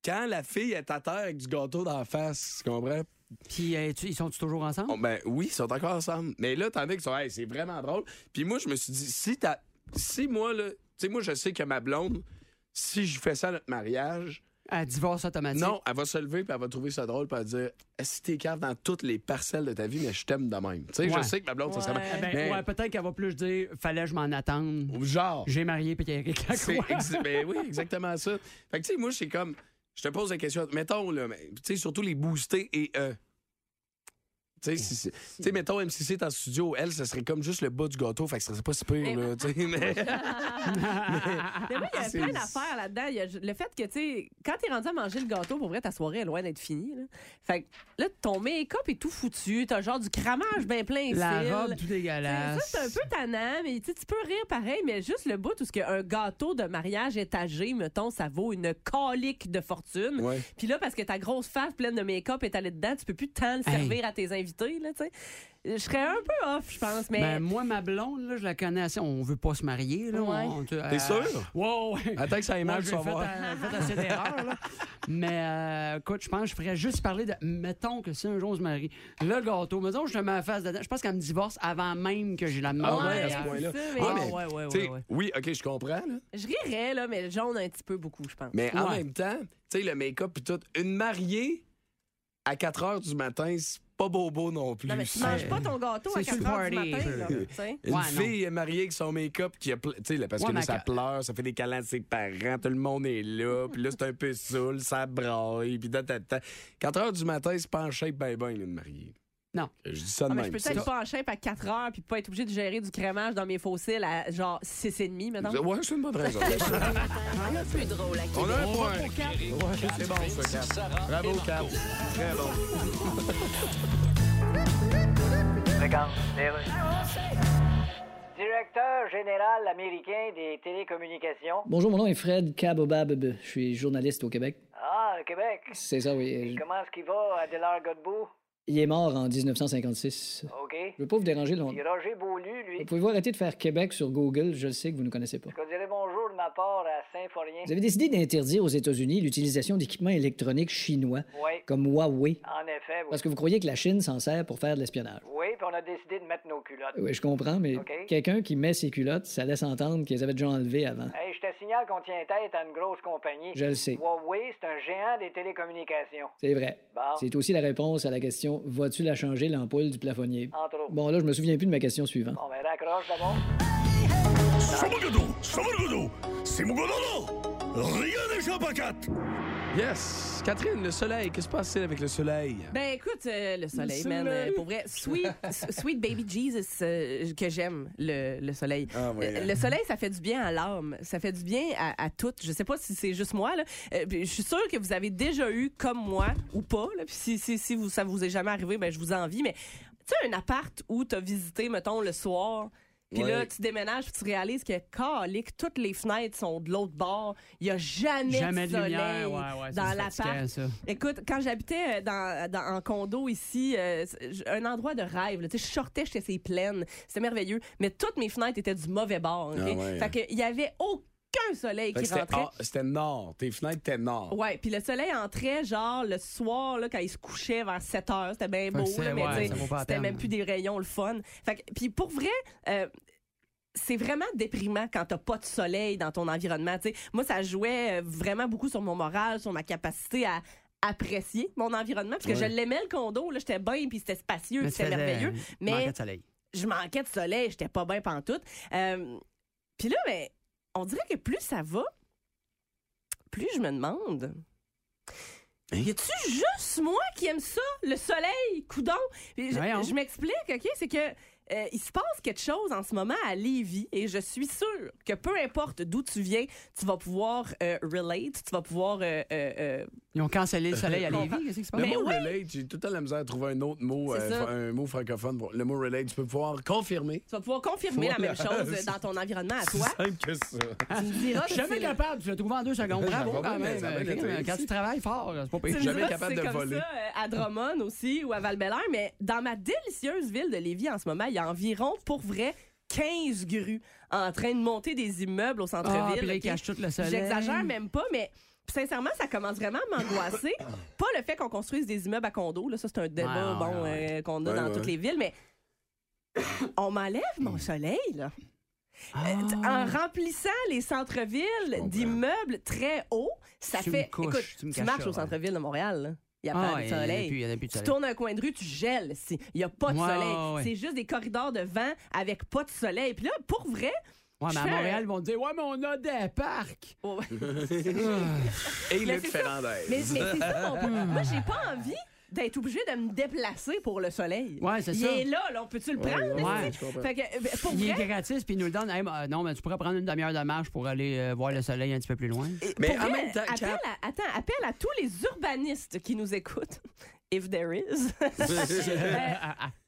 C: quand la fille est à terre avec du gâteau dans la face, tu comprends?
D: Puis euh, tu- ils sont toujours ensemble?
C: Bon, ben oui, ils sont encore ensemble. Mais là, t'en as qui sont, hey, c'est vraiment drôle. Puis moi, je me suis dit, si t'as. Si moi, là. Tu sais, moi, je sais que ma blonde, si je fais ça à notre mariage,
D: À divorce automatique.
C: non, elle va se lever puis elle va trouver ça drôle puis elle va dire, si t'es cave dans toutes les parcelles de ta vie, mais je t'aime de même. Tu sais, je
D: Ouais.
C: sais que ma blonde, ça serait.
D: Ben,
C: Mais-
D: ouais, peut-être qu'elle va plus dire fallait que je m'en attendre.
C: Genre.
D: J'ai marié puis il y a quelqu'un
C: C'est
D: quoi.
C: ex- ben oui, exactement ça. Fait que, tu sais, moi, c'est comme. Je te pose la question. Mettons, là, mais, tu sais, surtout les boostés et E. Tu sais, si- si- tu sais, mettons, MCC est en studio, elle, ça serait comme juste le bas du gâteau, fait que ça serait pas si
E: Eh
C: pire,
E: ben.
C: là. tu sais, mais-
E: Mais moi, il y a
C: ah, C'est-
E: plein d'affaires là-dedans. Il y a ju- le fait que, tu sais, quand t'es rendu à manger le gâteau, pour vrai, ta soirée est loin d'être finie. Là. Fait que là, ton make-up est tout foutu. T'as genre du cramage bien plein ici.
D: La robe tout
E: Ça,
D: dégueulasse.
E: c'est un peu tannant, mais tu sais, tu peux rire pareil, mais juste le bout où ce qu'il y a un gâteau de mariage étagé, mettons, ça vaut une colique de fortune.
C: Ouais.
E: Puis là, parce que ta grosse face pleine de make-up est allée dedans, tu peux plus tant le
D: Hey.
E: servir à tes invités, là, tu sais. Je serais un peu off, je pense, mais...
D: Ben, moi, ma blonde, là, je la connais assez. On veut pas se marier. Là,
E: Ouais.
D: T'es
C: sûr?
D: Ah. euh, Ouais, ouais.
C: Attends que ça aille mal,
D: Moi,
C: tu
D: j'ai
C: vas
D: fait,
C: voir.
D: euh, fait assez d'erreurs, là. Mais euh, écoute, je pense que je ferais juste parler de. Mettons que si un jour on se marie, le gâteau, mettons que je te mets la face dedans. Je pense qu'elle me divorce avant même que j'ai la demande. Euh,
E: ouais,
C: à
E: c'est
C: ce point-là.
E: ça, mais-
C: Ouais, mais,
E: Ah, ouais, ouais,
C: tu sais,
E: ouais, ouais.
C: Oui, OK, je comprends, là.
E: Je rirais, là, mais le jaune un petit peu beaucoup, je pense.
C: Mais en
D: Ouais.
C: même temps, tu sais, le make-up puis tout, une mariée à 4 heures du matin, c'est pas bobo non plus.
E: Non, mais tu manges pas ton gâteau
D: c'est
E: à
D: sur
E: 4
D: le
E: heures du
D: party.
E: matin, là, tu sais.
C: Une
D: Ouais,
C: fille est mariée avec son make-up qui a. pl- Tu sais, là, parce
D: Ouais,
C: que là,
D: mais
C: ça
D: que-
C: pleure, ça fait des câlins à ses parents, tout le monde est là, puis là, c'est un peu saoul, ça braille, puis ta, ta, ta. 4 heures du matin, c'est pas en shape ben ben, là, une mariée.
D: Non.
C: Je dis ça de
E: Ah, mais
C: même.
E: je peux
C: c'est-
E: peut-être pas en shape à 4 heures puis pas être obligé de gérer du crémage dans mes fossiles à genre 6,5 maintenant.
C: Ouais, c'est une bonne raison.
A: Le plus drôle à Québec.
C: On a un point. Ouais, c'est bon, ça, Cap.
B: Sarah
C: Bravo,
B: et Marco.
C: Cap. Très bon.
I: Directeur général américain des télécommunications.
G: Bonjour, mon nom est Fred Kabobab. Je suis journaliste au Québec.
I: Ah, le Québec.
G: C'est ça, oui.
I: Et
G: Je-
I: comment est-ce qu'il va, Adélard Godbout?
G: Il est mort en 1956.
I: OK.
G: Je veux pas vous déranger longtemps.
I: Puis Roger Beaulieu,
G: Vous
I: lui,
G: pouvez-vous arrêter de faire Québec sur Google? Je le sais que vous ne connaissez pas.
I: je te dirais bonjour de ma part à Saint-Forien.
G: Vous avez décidé d'interdire aux États-Unis l'utilisation d'équipements électroniques chinois,
I: Oui,
G: comme Huawei,
I: en effet. Oui.
G: parce que vous croyez que la Chine s'en sert pour faire de l'espionnage.
I: Oui, puis on a décidé de mettre nos culottes.
G: Oui, je comprends, mais
I: OK.
G: quelqu'un qui met ses culottes, ça laisse entendre qu'ils avaient déjà enlevé avant.
I: Hey, je te signale qu'on tient tête à une grosse compagnie.
G: Je le sais.
I: Huawei, c'est un géant des télécommunications.
G: C'est vrai.
I: Bon.
G: C'est aussi la réponse à la question Vas-tu la changer l'ampoule du plafonnier?
I: Entre autres.
G: Bon, là, je me souviens plus de ma question suivante.
I: Bon, ben raccroche d'abord.
C: Yes! Catherine, le soleil, qu'est-ce qui se passe avec le soleil?
D: hein.
E: Ben écoute, euh, le soleil,
C: Le
E: man,
C: soleil.
E: euh, pour vrai, sweet, sweet baby Jesus euh, que j'aime le, le soleil.
C: Ah ouais,
E: Euh,
C: hein.
E: Le soleil, ça fait du bien à l'âme, ça fait du bien à, à toutes. Je sais pas si c'est juste moi là. Euh, puis je suis sûre que vous avez déjà eu comme moi ou pas. Là. Puis si si si vous ça vous est jamais arrivé, ben je vous envie. Mais tu sais un appart où t'as visité mettons le soir. Puis là,
C: Ouais.
E: tu déménages, puis tu réalises que, calique, toutes les fenêtres sont de l'autre bord. Il y a jamais,
D: Jamais
E: de
D: de
E: soleil
D: lumière. Ouais, ouais, ça,
E: dans
D: c'est
E: l'appart.
D: fatigant, ça.
E: Écoute, quand j'habitais euh, dans, dans- en condo ici, euh, c'est- j- un endroit de rêve. là. Tu sais, je sortais, j'étais ces plaines. C'était merveilleux. Mais toutes mes fenêtres étaient du mauvais bord. OK?
C: Ah ouais.
E: Fait qu'il y avait aucun
C: Fait
E: soleil
C: que
E: qui
C: C'était
E: rentrait.
C: ah, c'était nord. Tes fenêtres étaient nord.
E: Ouais, puis le soleil entrait genre le soir là, quand il se couchait vers 7 heures, c'était bien
D: que
E: beau
D: c'est-
E: là, mais
D: ouais,
E: tu sais,
D: ça vaut pas la
E: c'était
D: peine.
E: même plus des rayons le fun. Fait que- puis pour vrai euh, c'est vraiment déprimant quand t'as pas de soleil dans ton environnement. tu sais. Moi, ça jouait euh, vraiment beaucoup sur mon moral, sur ma capacité à apprécier mon environnement, parce que
C: Ouais.
E: je l'aimais le condo, là, j'étais bien, puis c'était spacieux, puis
D: tu
E: c'était
D: faisais-
E: merveilleux, mais
D: manquait de soleil.
E: je manquais de soleil, j'étais pas bien pantoute. Euh, Puis là, ben, on dirait que plus ça va, plus je me demande.
C: Hein?
E: Y a-tu juste moi qui aime ça, le soleil, coudon? Puis Je,
D: Voyons.
E: je m'explique, OK? C'est que euh, il se passe quelque chose en ce moment à Lévis et je suis sûre que peu importe d'où tu viens, tu vas pouvoir euh, relate, tu vas pouvoir. euh, euh, euh,
D: Ils ont cancellé le soleil à Lévis. Qu'est-ce qui se passe?
C: Le mot relate, j'ai tout le temps la misère à trouver un autre mot,
E: C'est
C: euh,
E: ça.
C: fr- un mot francophone. pour- Le mot relate, tu peux pouvoir confirmer.
E: tu vas pouvoir confirmer la
C: Voilà.
E: même chose euh, dans ton environnement à
C: C'est
E: toi.
C: simple que ça.
E: Tu me diras
D: Je suis
E: si c'est
D: jamais
E: le-
D: capable, tu l'as trouvé en deux secondes. Bravo,
C: Ça va
D: quand
C: bien,
D: même.
C: ça va bien,
D: Crime,
C: t'as
D: Quand
C: réussi.
D: tu travailles fort, c'est pas
E: Tu
D: pire.
E: me
C: Jamais
E: diras
C: capable
E: si
C: de
E: c'est comme
C: voler.
E: ça, euh, à Drummond aussi ou à Val-Bélair, mais dans ma délicieuse ville de Lévis en ce moment, il y a environ, pour vrai, 15 grues en train de monter des immeubles au
D: Ah, puis
E: centre-ville.
D: là, ils
E: ok?
D: cachent tout le soleil.
E: J'exagère même pas, mais sincèrement, ça commence vraiment à m'angoisser. pas le fait qu'on construise des immeubles à condos, là, ça c'est un débat
D: Ouais,
E: bon
D: ouais, ouais.
E: euh, qu'on a
C: Ouais,
E: dans
C: ouais.
E: toutes les villes, mais on m'enlève mon soleil, là.
D: Ah.
E: Euh, t- en remplissant les centres-villes
C: comprends.
E: d'immeubles très hauts, ça
D: Tu me
E: fait.
D: couches,
E: écoute,
D: tu
E: tu,
D: me caches
E: marches
D: ça,
E: au
D: ouais.
E: centre-ville de Montréal, là. il n'y a
D: Ah,
E: pas
D: ouais,
E: de
D: il y en a
E: soleil.
D: plus, il y en a plus de
E: tu
D: soleil.
E: tournes un coin de rue, tu gèles. si. Il n'y a pas de
D: Ouais,
E: soleil.
D: ouais, ouais.
E: C'est juste des corridors de vent avec pas de soleil. Puis là, pour vrai,
D: Ouais, mais
E: Je
D: à
E: fais un-
D: Montréal, ils vont te dire Ouais, mais on a des parcs.
E: oh,
C: Et
E: Mais
C: Luc
E: c'est ça.
C: Ferrandez.
E: Mais, mais c'est ça mon point. Moi, j'ai pas envie d'être obligé de me déplacer pour le soleil.
D: Ouais, c'est
E: Il
D: ça.
E: est là, là, on peut-tu le prendre?
D: ouais, ouais,
E: est-ce que-
C: je comprends.
E: Fait que, euh, pour
D: Il
E: vrai,
D: est gratis, puis ils nous le donnent. Hey, bah, non, mais tu pourrais prendre une demi-heure de marche pour aller euh, voir le soleil un petit peu plus loin.
C: Mais
E: pour
D: ah,
C: en
E: vrai,
C: même temps,
E: appel
C: Cap-
E: à, attends, appel à tous les urbanistes qui nous écoutent. If there is. Euh,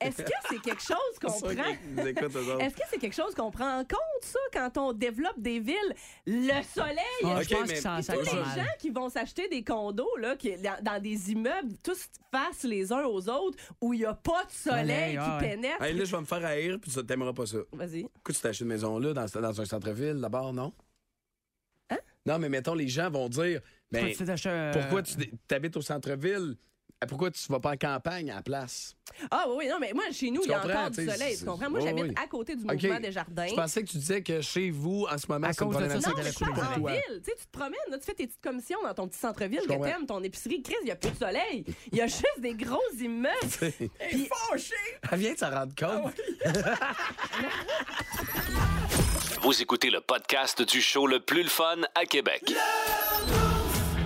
E: Est-ce que c'est quelque chose qu'on
C: C'est ça
E: prend?
C: qu'ils nous écoutent, eux autres.
E: Est-ce que c'est quelque chose qu'on prend en compte, ça, quand on développe des villes? Le soleil!
D: Ah,
C: Ok,
D: je pense
C: mais-
D: qu'ils s'en
C: Et
E: Tous
D: servent
E: les
D: pas mal.
E: gens qui vont s'acheter des condos là, qui, dans, dans des immeubles, tous face les uns aux autres, où il n'y a pas de soleil
D: Soleil,
E: qui
D: ah ouais.
E: pénètre.
C: Hey, là, je vais me faire haïr, puis ça t'aimeras pas ça.
E: Vas-y.
C: Écoute, tu t'achètes une maison-là dans, dans un centre-ville, d'abord, non? Non, mais mettons, les gens vont dire ben,
D: Tu t'achètes un-
C: pourquoi tu habites au centre-ville? Pourquoi tu vas pas en campagne à la place?
E: Ah oui, oui, non, mais moi, chez nous,
C: Tu
E: il y a
C: comprends,
E: encore
C: tu
E: du
C: sais,
E: soleil,
C: c'est-
E: tu comprends? Moi,
C: oui,
E: j'habite
C: oui.
E: à côté du
C: OK.
E: mouvement des jardins.
C: Je pensais que tu disais que chez vous, en ce moment,
D: À
C: c'est une
D: cause de ça,
C: problématique
E: Non,
D: ça
E: mais je
D: t'avait coupé
E: parle
D: les
E: Ah, en
C: pour toi.
E: ville. Tu sais, tu te promènes, là, tu fais tes petites commissions dans ton petit centre-ville
C: Je
E: que
C: comprends.
E: t'aimes, ton épicerie. Chris, il n'y a plus de soleil. Il y a juste des gros immeubles. Puis-
C: Elle vient de s'en rendre compte.
B: Vous écoutez le podcast du show le plus le fun à Québec.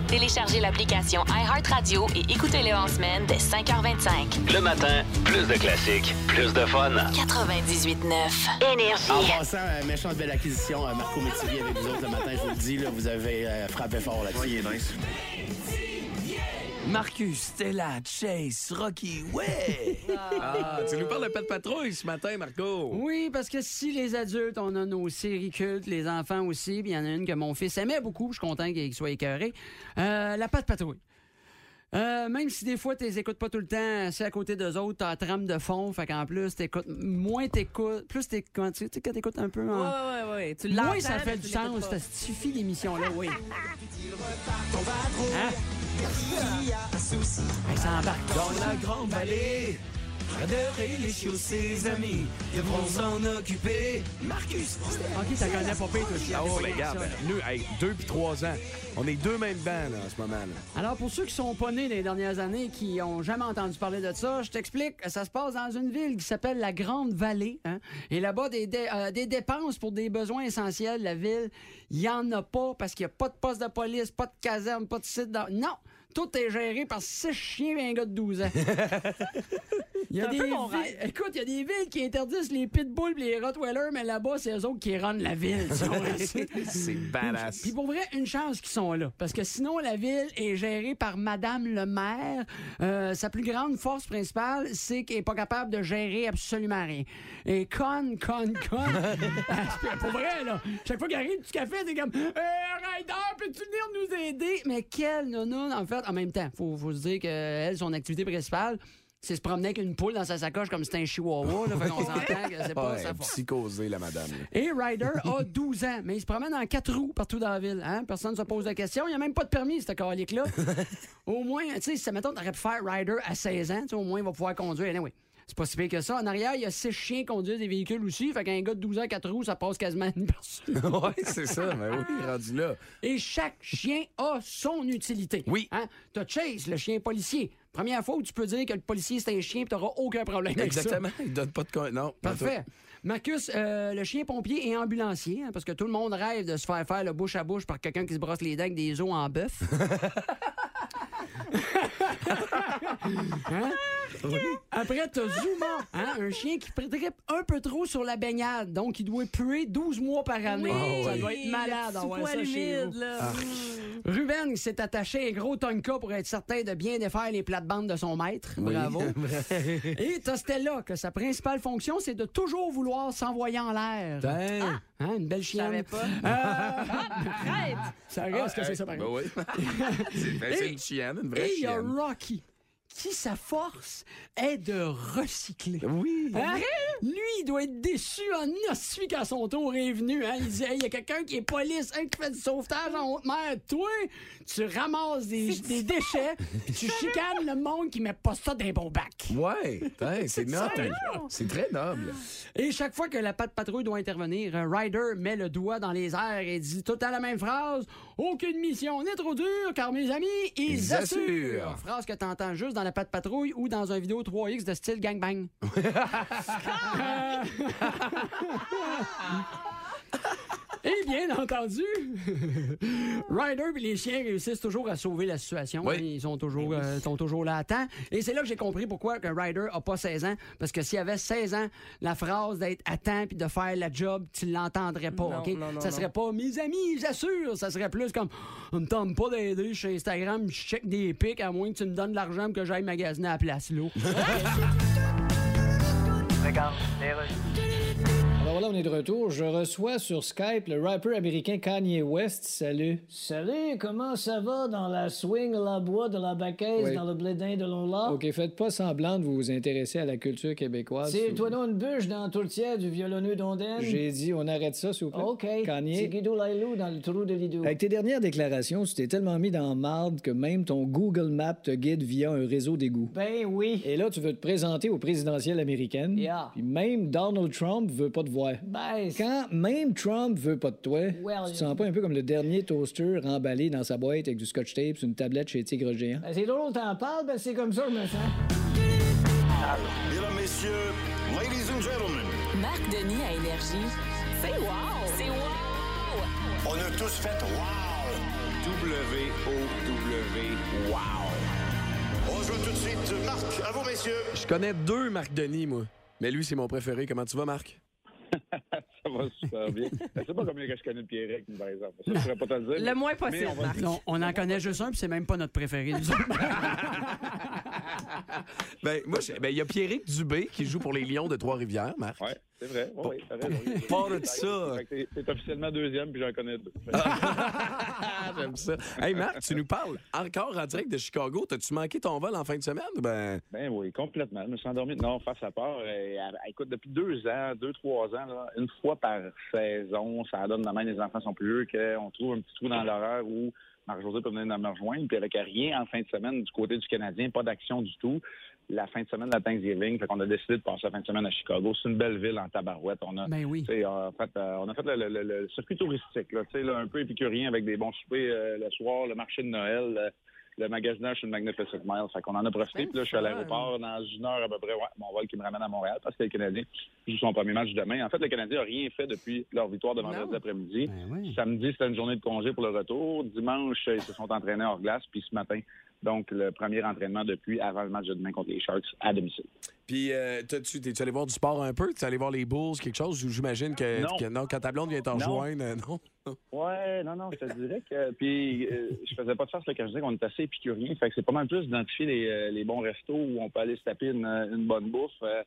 H: Téléchargez l'application iHeartRadio et écoutez-le en semaine dès 5h25.
B: Le matin, plus de classiques, plus de fun.
H: 98.9. Énergie.
J: En passant, euh, méchante belle acquisition, euh, Marco Métivier avec vous autres ce matin, je vous le dis, là, vous avez euh, frappé fort là-dessus.
C: Marcus, Stella, Chase, Rocky, ouais! ah, tu nous parles de Pat Patrouille ce matin, Marco.
D: Oui, parce que si les adultes, on a nos séries cultes, les enfants aussi, puis il y en a une que mon fils aimait beaucoup, je suis content qu'il soit écœuré, euh, la patte patrouille. Euh, même si des fois, tu les écoutes pas tout le temps, c'est à côté d'eux autres, t'as la trame de fond, fait qu'en plus, t'écoutes, moins t'écoutes, plus t'écoutes, tu sais, tu sais, quand t'écoutes un peu. en-
E: Ah, Ouais, ouais, ouais, ouais. Tu l'entends,
D: moins ça fait
E: mais
D: du
E: tu l'écoutes
D: sens,
E: pas.
D: ça suffit l'émission-là, oui. Hein? Hey, ça embarque.
K: Dans la grande vallée, Rader et les chiots, ses amis devront s'en occuper. Marcus,
D: Ok, ça connaît pas pire, toi aussi.
C: Ah ouais, les gars, ben, nous, hey, deux puis trois ans. On est deux mêmes bandes en ce moment. là.
D: Alors, pour ceux qui sont pas nés dans les dernières années, qui n'ont jamais entendu parler de ça, je t'explique. Ça se passe dans une ville qui s'appelle la Grande Vallée. hein. Et là-bas, des, dé- euh, des dépenses pour des besoins essentiels de la ville, il n'y en a pas parce qu'il n'y a pas de poste de police, pas de caserne, pas de site. d'en- Non! Tout est géré par six chiens et un gars de 12 ans. Il y a
E: C'est un
D: des
E: peu mon
D: villes-
E: rêve.
D: Écoute, il y a des villes qui interdisent les pitbulls et les Rottweilers, mais là-bas, c'est eux autres qui runnent la ville. tu vois. C'est-
C: C'est badass.
D: puis pour vrai, une chance qu'ils sont là. Parce que sinon, la ville est gérée par Madame le maire. Euh, sa plus grande force principale, c'est qu'elle n'est pas capable de gérer absolument rien. Et con, con, con. pour vrai, là. Chaque fois qu'il arrive du café, c'est comme Hey, Ryder, peux-tu venir nous aider? Mais quelle nounoune, en fait, en même temps. Faut, faut se dire que elle, son activité principale, c'est se promener avec une poule dans sa sacoche comme c'était un chihuahua. Là, fait qu'on s'entend que c'est pas
C: Ouais,
D: sa force.
C: psychosée, la madame. là.
D: Et Ryder a 12 ans, mais il se promène en quatre roues partout dans la ville. Hein? Personne ne se pose la question. Il n'y a même pas de permis, ce calique-là. au moins, tu sais, si mettons, t'aurais pu faire Ryder à 16 ans, tu sais, au moins, il va pouvoir conduire. Anyway, c'est pas si pire que ça. En arrière, il y a six chiens qui conduisent des véhicules aussi. Fait qu'un gars de 12 ans, quatre roues, ça passe quasiment une personne.
C: ouais, c'est ça,
D: ben
C: mais oui, rendu là.
D: Et chaque chien a son utilité.
C: Oui.
D: Hein? T'as Chase, le chien policier. Première fois où tu peux dire que le policier, c'est un chien et t'auras aucun problème avec ça.
C: Exactement, il donne pas de con... Non, pas
D: Parfait. Marcus, euh, le chien pompier et ambulancier, hein, parce que tout le monde rêve de se faire faire le bouche à bouche par quelqu'un qui se brosse les dents avec des os en bœuf. Hein? Après, t'as Zuma, hein, un chien qui tripe un peu trop sur la baignade, donc il doit puer 12 mois par année.
E: Oui,
D: Ça doit être malade
E: le petit
D: d'avoir
E: poil
D: ça chez
E: humide,
D: vous.
E: là.
L: Ah.
E: Mm.
D: Ruben qui s'est attaché un gros tonka pour être certain de bien défaire les plates-bandes de son maître.
C: Oui.
D: Bravo. Et t'as Stella, que sa principale fonction, c'est de toujours vouloir s'envoyer en l'air.
C: partout. Damn.
D: Hein, une belle
E: Je
D: chienne. Ah!
E: savais pas. Arrête!
D: Ça reste Ah, que c'est
C: Hey,
D: ça, par
C: ben
D: exemple.
C: oui. c'est ben, c'est
D: Et-
C: une chienne, une vraie
D: Et il y a
C: chienne.
D: Rocky, qui sa force est de recycler.
C: Oui.
D: Hein? Lui, il doit être déçu en ossu quand son tour est venu. Hein? Il dit Hey, il y a quelqu'un qui est police, un qui fait du sauvetage en haute mer. Toi, tu ramasses des, des déchets, puis tu chicanes le monde qui met pas ça dans un bon bac.
C: Ouais, Damn, c'est noble. C'est très noble.
D: Et chaque fois que la patte patrouille doit intervenir, un Ryder met le doigt dans les airs et dit tout à la même phrase Aucune mission n'est trop dure, car mes amis, ils,
C: Ils
D: assurent.
C: assurent.
D: Phrase que t'entends juste dans la patte patrouille ou dans un vidéo 3X de style gangbang. Euh, Et Eh bien entendu, Ryder et les chiens réussissent toujours à sauver la situation.
C: Oui.
D: Hein, Ils sont toujours, euh, sont toujours là à temps. Et c'est là que j'ai compris pourquoi que Ryder a pas 16 ans. Parce que s'il avait 16 ans, la phrase d'être à temps puis de faire la job, tu l'entendrais pas.
E: Non,
D: OK?
E: non, non,
D: ça
E: non.
D: serait pas mes amis, j'assure. Ça serait plus comme on me tombe pas d'aider chez Instagram, je check des pics à moins que tu me donnes de l'argent pour que j'aille magasiner à la place là.
F: Alors voilà, on est de retour. Je reçois sur Skype le rappeur américain Kanye West. Salut.
G: Salut, comment ça va dans la swing, la bois, de la baquette,
F: Oui.
G: dans le blédin de l'Onla?
F: OK, faites pas semblant de vous vous intéresser à la culture québécoise.
G: C'est
F: Ou-
G: toi non une bûche dans la tourtière du violonneux d'Ondaine?
F: J'ai dit, on arrête ça, s'il vous plaît.
G: OK. C'est
F: Kanye.
G: Guido Lailou dans le trou de Lido.
F: Avec tes dernières déclarations, tu t'es tellement mis dans la marde que même ton Google Maps te guide via un réseau d'égouts.
G: Ben oui.
F: Et là, tu veux te présenter aux présidentielles américaines.
G: Yeah.
F: Puis même Donald Trump veut pas te voir.
G: Ben, c'est-
F: Quand même Trump veut pas de toi,
G: Well,
F: tu te sens pas un peu comme le dernier toaster emballé dans sa boîte avec du scotch tape sur une tablette chez Tigre Géant?
G: ben, c'est drôle, t'en parles, ben c'est comme ça, je me sens.
J: Mesdames, messieurs, ladies and gentlemen,
H: Marc Denis à Énergie. C'est wow! C'est wow!
J: on a tous fait wow! W-O-W, wow! On joue tout de suite, Marc, à vous, messieurs!
C: Je connais deux Marc Denis, moi. Mais lui, c'est mon préféré. Comment tu vas, Marc?
L: Ça va super bien. Je sais pas combien que je connais de Pierrick, par exemple. Ça, je pourrais pas te le dire.
E: Le moins possible,
L: Mais on va-
E: Marc.
D: Non, on en connaît juste un, puis c'est même pas notre préféré. nous autres.
C: Ben, moi, je- ben, il y a Pierrick Dubé qui joue pour les Lions de Trois-Rivières, Marc.
L: Ouais, c'est vrai. Ouais, ouais, t'as raison.
C: Part de ça.
L: Fait que t'es- T'es officiellement deuxième, puis j'en connais deux.
C: J'aime ça. Hey, Marc, tu nous parles encore en direct de Chicago. T'as-tu manqué ton vol en fin de semaine? Ben,
L: Ben oui, complètement. Je me suis endormi. Non, face à part. euh, à- écoute, depuis deux ans, deux, trois ans, là, une fois par saison, ça donne la main les enfants sont plus vieux qu'on trouve un petit trou dans l'horaire où Marc-José peut venir me rejoindre. Puis avec rien en fin de semaine du côté du Canadien, pas d'action du tout. La fin de semaine de la Thanksgiving, fait qu'on a décidé de passer la fin de semaine à Chicago. C'est une belle ville en tabarouette. On a,
D: Ben oui.
L: tu sais, en fait, euh, on a fait le, le- le- le circuit touristique, là, tu sais, là, un peu épicurien avec des bons soupers euh, le soir, le marché de Noël, euh, le magasinage sur le Magnificent Mile. Fait qu'on en a profité. Puis là, je suis à l'aéroport dans une heure à peu près. Ouais, mon vol qui me ramène à Montréal parce que le Canadien joue son premier match demain. En fait, le Canadien n'a rien fait depuis leur victoire de vendredi après-midi. Samedi, c'était une journée de congé pour le retour. Dimanche, ils se sont entraînés hors glace. Puis ce matin, donc le premier entraînement depuis avant le match de demain contre les Sharks à domicile.
C: puis, euh, t'as-tu- t'es-tu allé voir du sport un peu? T'es allé voir les Bulls, quelque chose? J'imagine que
L: Non.
C: que- non, quand ta blonde vient t'en
L: Non.
C: rejoindre, euh, non?
L: Ouais, non, non, je te dirais que. Puis, euh, je faisais pas de farce là, quand je disais qu'on est assez épicurien. Fait que c'est pas mal plus d'identifier les, euh, les bons restos où on peut aller se taper une, une bonne bouffe. euh,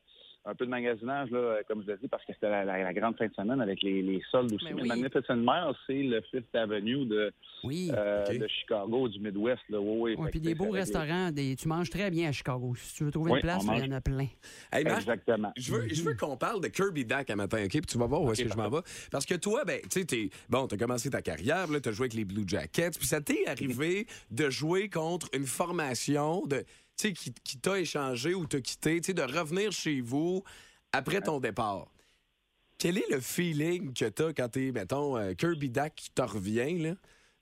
L: un peu de magasinage, là, euh, comme je l'ai dit, parce que c'était la, la- la grande fin de semaine avec les, les soldes aussi.
M: Mais
L: Mais
M: oui.
L: Magnificent Mile, c'est le Fifth Avenue de, euh, de Chicago, du Midwest. Là. Oui, oui,
D: Ouais,
L: fait
D: puis
L: que
D: des
L: c'est
D: beaux
L: avec les-
D: restaurants, des... tu manges très bien à Chicago. Si tu veux trouver
L: Oui,
D: une place,
L: on
D: là, il y
L: mange.
D: en a plein.
C: Hey, Marc,
L: Exactement.
C: Je veux, je veux qu'on parle de Kirby Dack à matin, OK? Puis tu vas voir où est-ce que je m'en vais. Parce que toi, ben, tu sais, t'es- bon, t'as commencé ta carrière, là, t'as joué avec les Blue Jackets, puis ça t'est arrivé de jouer contre une formation de, tu sais, qui, qui t'a échangé ou t'a quitté, tu sais, de revenir chez vous après ton départ. Quel est le feeling que t'as quand t'es, mettons, euh, Kirby Dack qui te revient, là?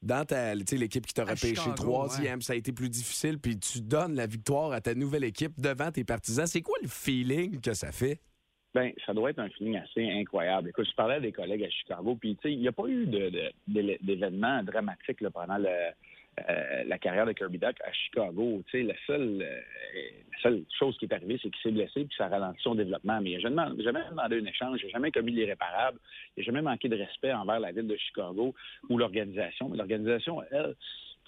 C: Dans ta, tu sais, l'équipe qui t'a repêché
M: Chicago,
C: troisième, ça a été plus difficile, puis tu donnes la victoire à ta nouvelle équipe devant tes partisans. C'est quoi le feeling que ça fait?
L: Ben, ça doit être un feeling assez incroyable. Écoute, je parlais à des collègues à Chicago, puis tu sais, il n'y a pas eu de- de- d'élé- d'événements dramatiques là, pendant le- euh, la carrière de Kirby Duck à Chicago. Tu sais, la seule, euh, la seule chose qui est arrivée, c'est qu'il s'est blessé, puis ça a ralenti son développement. Mais il n'a jamais, jamais demandé un échange, il n'a jamais commis l'irréparable, il n'a jamais manqué de respect envers la ville de Chicago ou l'organisation. Mais l'organisation, elle,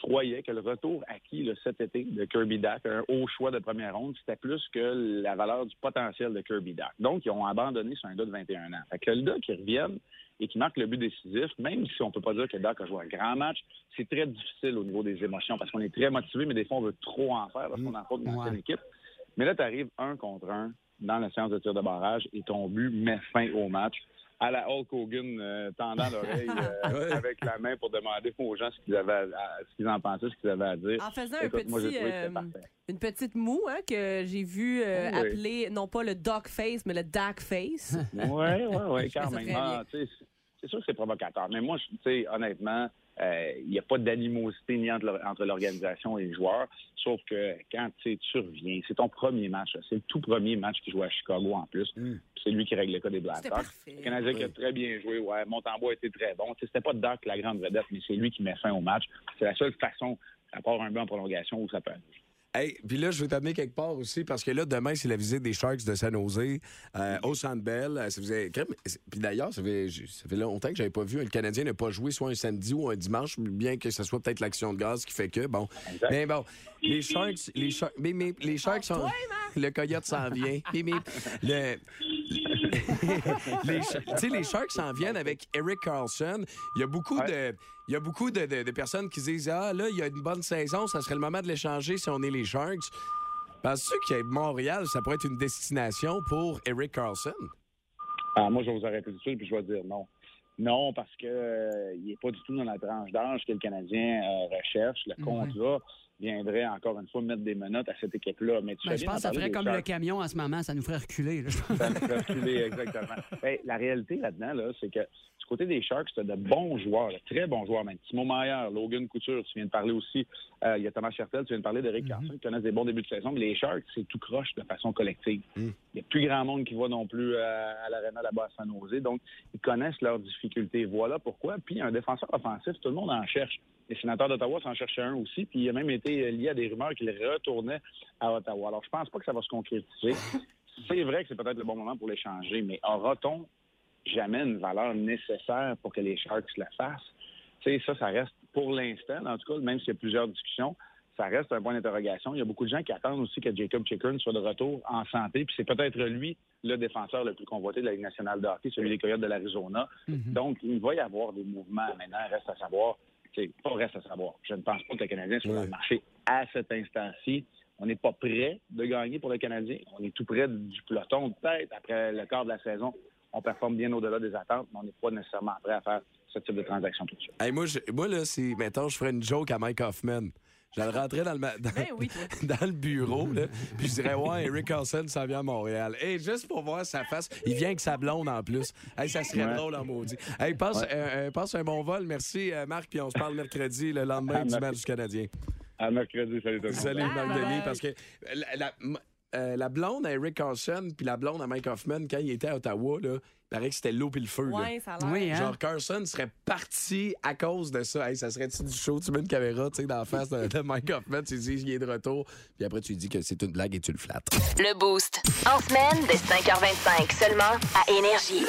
L: croyait que le retour acquis là, cet été de Kirby Duck, un haut choix de première ronde, c'était plus que la valeur du potentiel de Kirby Duck. Donc, ils ont abandonné sur un gars de 21 ans. Fait que le gars qui revienne et qui marque le but décisif, même si on peut pas dire que Duck a joué un grand match, c'est très difficile au niveau des émotions parce qu'on est très motivé, mais des fois, on veut trop en faire parce qu'on en faute dans
D: Ben,
L: une équipe. Mais là, tu arrives un contre un dans la séance de tir de barrage et ton but met fin au match à la Hulk Hogan euh, tendant l'oreille euh, avec la main pour demander aux gens ce qu'ils avaient à- à- ce qu'ils en pensaient, ce qu'ils avaient à dire.
E: En faisant un
L: Écoute, moi, j'ai
E: petit,
L: trouvé que c'était
E: euh,
L: parfait.
E: une petite moue hein, que j'ai vu euh,
L: Oui.
E: appeler, non pas le dog face, mais le dark face.
L: Oui, oui, oui,
E: Je
L: quand
E: trouve ça
L: même.
E: très
L: Ah, tu sais, c'est- c'est sûr que c'est provocateur. Mais moi, je- tu sais, honnêtement, euh, il n'y a pas d'animosité ni entre, l'or- entre l'organisation et les joueurs. Sauf que quand tu sais, tu reviens, c'est ton premier match. là. C'est le tout premier match qu'il joue à Chicago en plus. Puis C'est lui qui règle le cas des Blackhawks. Le Canadien qui a très bien joué. Ouais, Montembois était très bon. Tu sais, C'était pas Doc la grande vedette, mais c'est lui qui met fin au match. C'est la seule façon, à part un but en prolongation, où ça peut aller.
C: Hey, puis là, je vais t'amener quelque part aussi, parce que là, demain, c'est la visite des Sharks de San Jose euh, au Centre Bell. Euh, Ça faisait... crème- Puis d'ailleurs, ça fait... j- ça fait longtemps que j'avais pas vu. Le Canadien n'a pas joué soit un samedi ou un dimanche, bien que ce soit peut-être l'action de gaz qui fait que, bon. Mais bon, les Sharks... Les Sharks... Mais, mais, les Sharks sont... Le coyote s'en vient. Mais, mais, le... les, Sharks- tu sais, les Sharks s'en viennent avec Eric Carlson. Il y a beaucoup de, il y a beaucoup de, de- de personnes qui disent ah là il y a une bonne saison, ça serait le moment de l'échanger si on est les Sharks. Penses-tu que Montréal, ça pourrait être une destination pour Eric Carlson?
L: Ah, moi, je vais vous arrêter tout de suite, puis je vais dire non. Non, parce que euh, il n'est pas du tout dans la tranche d'âge que le Canadien euh, recherche. Le contrat viendrait encore une fois mettre des menottes à cette équipe-là. Mais tu
D: Ben,
L: fais
D: je
L: bien
D: pense que ça
L: d'en
D: ferait
L: parler des
D: comme le
L: Sharks.
D: camion en ce moment, ça nous ferait reculer. là.
L: Ça me fait reculer, exactement. Ben, la réalité là-dedans, là, c'est que du côté des Sharks, tu de bons joueurs, de très bons joueurs, même Timo Maillard, Logan Couture, tu viens de parler aussi, euh, il y a Thomas Chertel, tu viens de parler
C: Mmh.
L: d'Eric Carson, qui connaissent des bons débuts de saison, mais les Sharks, c'est tout croche de façon collective.
C: Mmh.
L: Il n'y a plus grand monde qui va non plus euh, à, à l'aréna là-bas à San Jose. Donc, ils connaissent leurs difficultés. Voilà pourquoi. Puis, un défenseur offensif, tout le monde en cherche. Les sénateurs d'Ottawa s'en cherchaient un aussi. Puis, il a même été lié à des rumeurs qu'il retournait à Ottawa. Alors, je pense pas que ça va se concrétiser. C'est vrai que c'est peut-être le bon moment pour l'échanger, mais aura-t-on jamais une valeur nécessaire pour que les Sharks la fassent? Tu sais, ça, ça reste pour l'instant, en tout cas, même s'il y a plusieurs discussions, ça reste un point d'interrogation. Il y a beaucoup de gens qui attendent aussi que Jacob Chikrin soit de retour en santé. Puis c'est peut-être lui le défenseur le plus convoité de la Ligue nationale de hockey, celui des Coyotes de l'Arizona.
M: Mhm.
L: Donc, il va y avoir des mouvements. Maintenant, reste à savoir. c'est- Pas reste à savoir. Je ne pense pas que le Canadien soit dans le marché à cet instant-ci. On n'est pas prêt de gagner pour le Canadien. On est tout près du peloton, peut-être. Après le quart de la saison, on performe bien au-delà des attentes, mais on n'est pas nécessairement prêt à faire ce type de transaction tout de suite.
C: Hey, moi, je- moi, là, si, mettons, je ferais une joke à Mike Hoffman. Je le rentrais dans le, ma- dans, dans le bureau, là, puis je dirais, ouais, Eric Carlson, ça vient à Montréal. Et juste pour voir sa face, il vient avec sa blonde en plus. Hey, ça serait
L: Ouais.
C: drôle en maudit. Hey, passe,
L: Ouais.
C: euh, euh, passe un bon vol. Merci, euh, Marc, puis on se parle mercredi, le lendemain
L: À
C: du
L: merc-
C: match du Canadien.
L: À mercredi, salut tout le monde.
C: Salut,
E: Ah,
C: Marc
E: ben,
L: Bye.
C: Denis, parce que la, la- m- euh, la blonde à Eric Carlson, puis la blonde à Mike Hoffman, quand il était à Ottawa, là, il paraît que c'était l'eau puis le feu. là.
E: Ouais, ça a l'air. Oui, hein?
C: Genre, Carlson serait parti à cause de ça. Hey, ça serait-tu du show? Tu mets une caméra tu sais, dans la face de, de Mike Hoffman, tu dis il est de retour, puis après tu dis que c'est une blague et tu le flattes.
H: Le Boost. En semaine, dès 5h25, seulement à Énergie.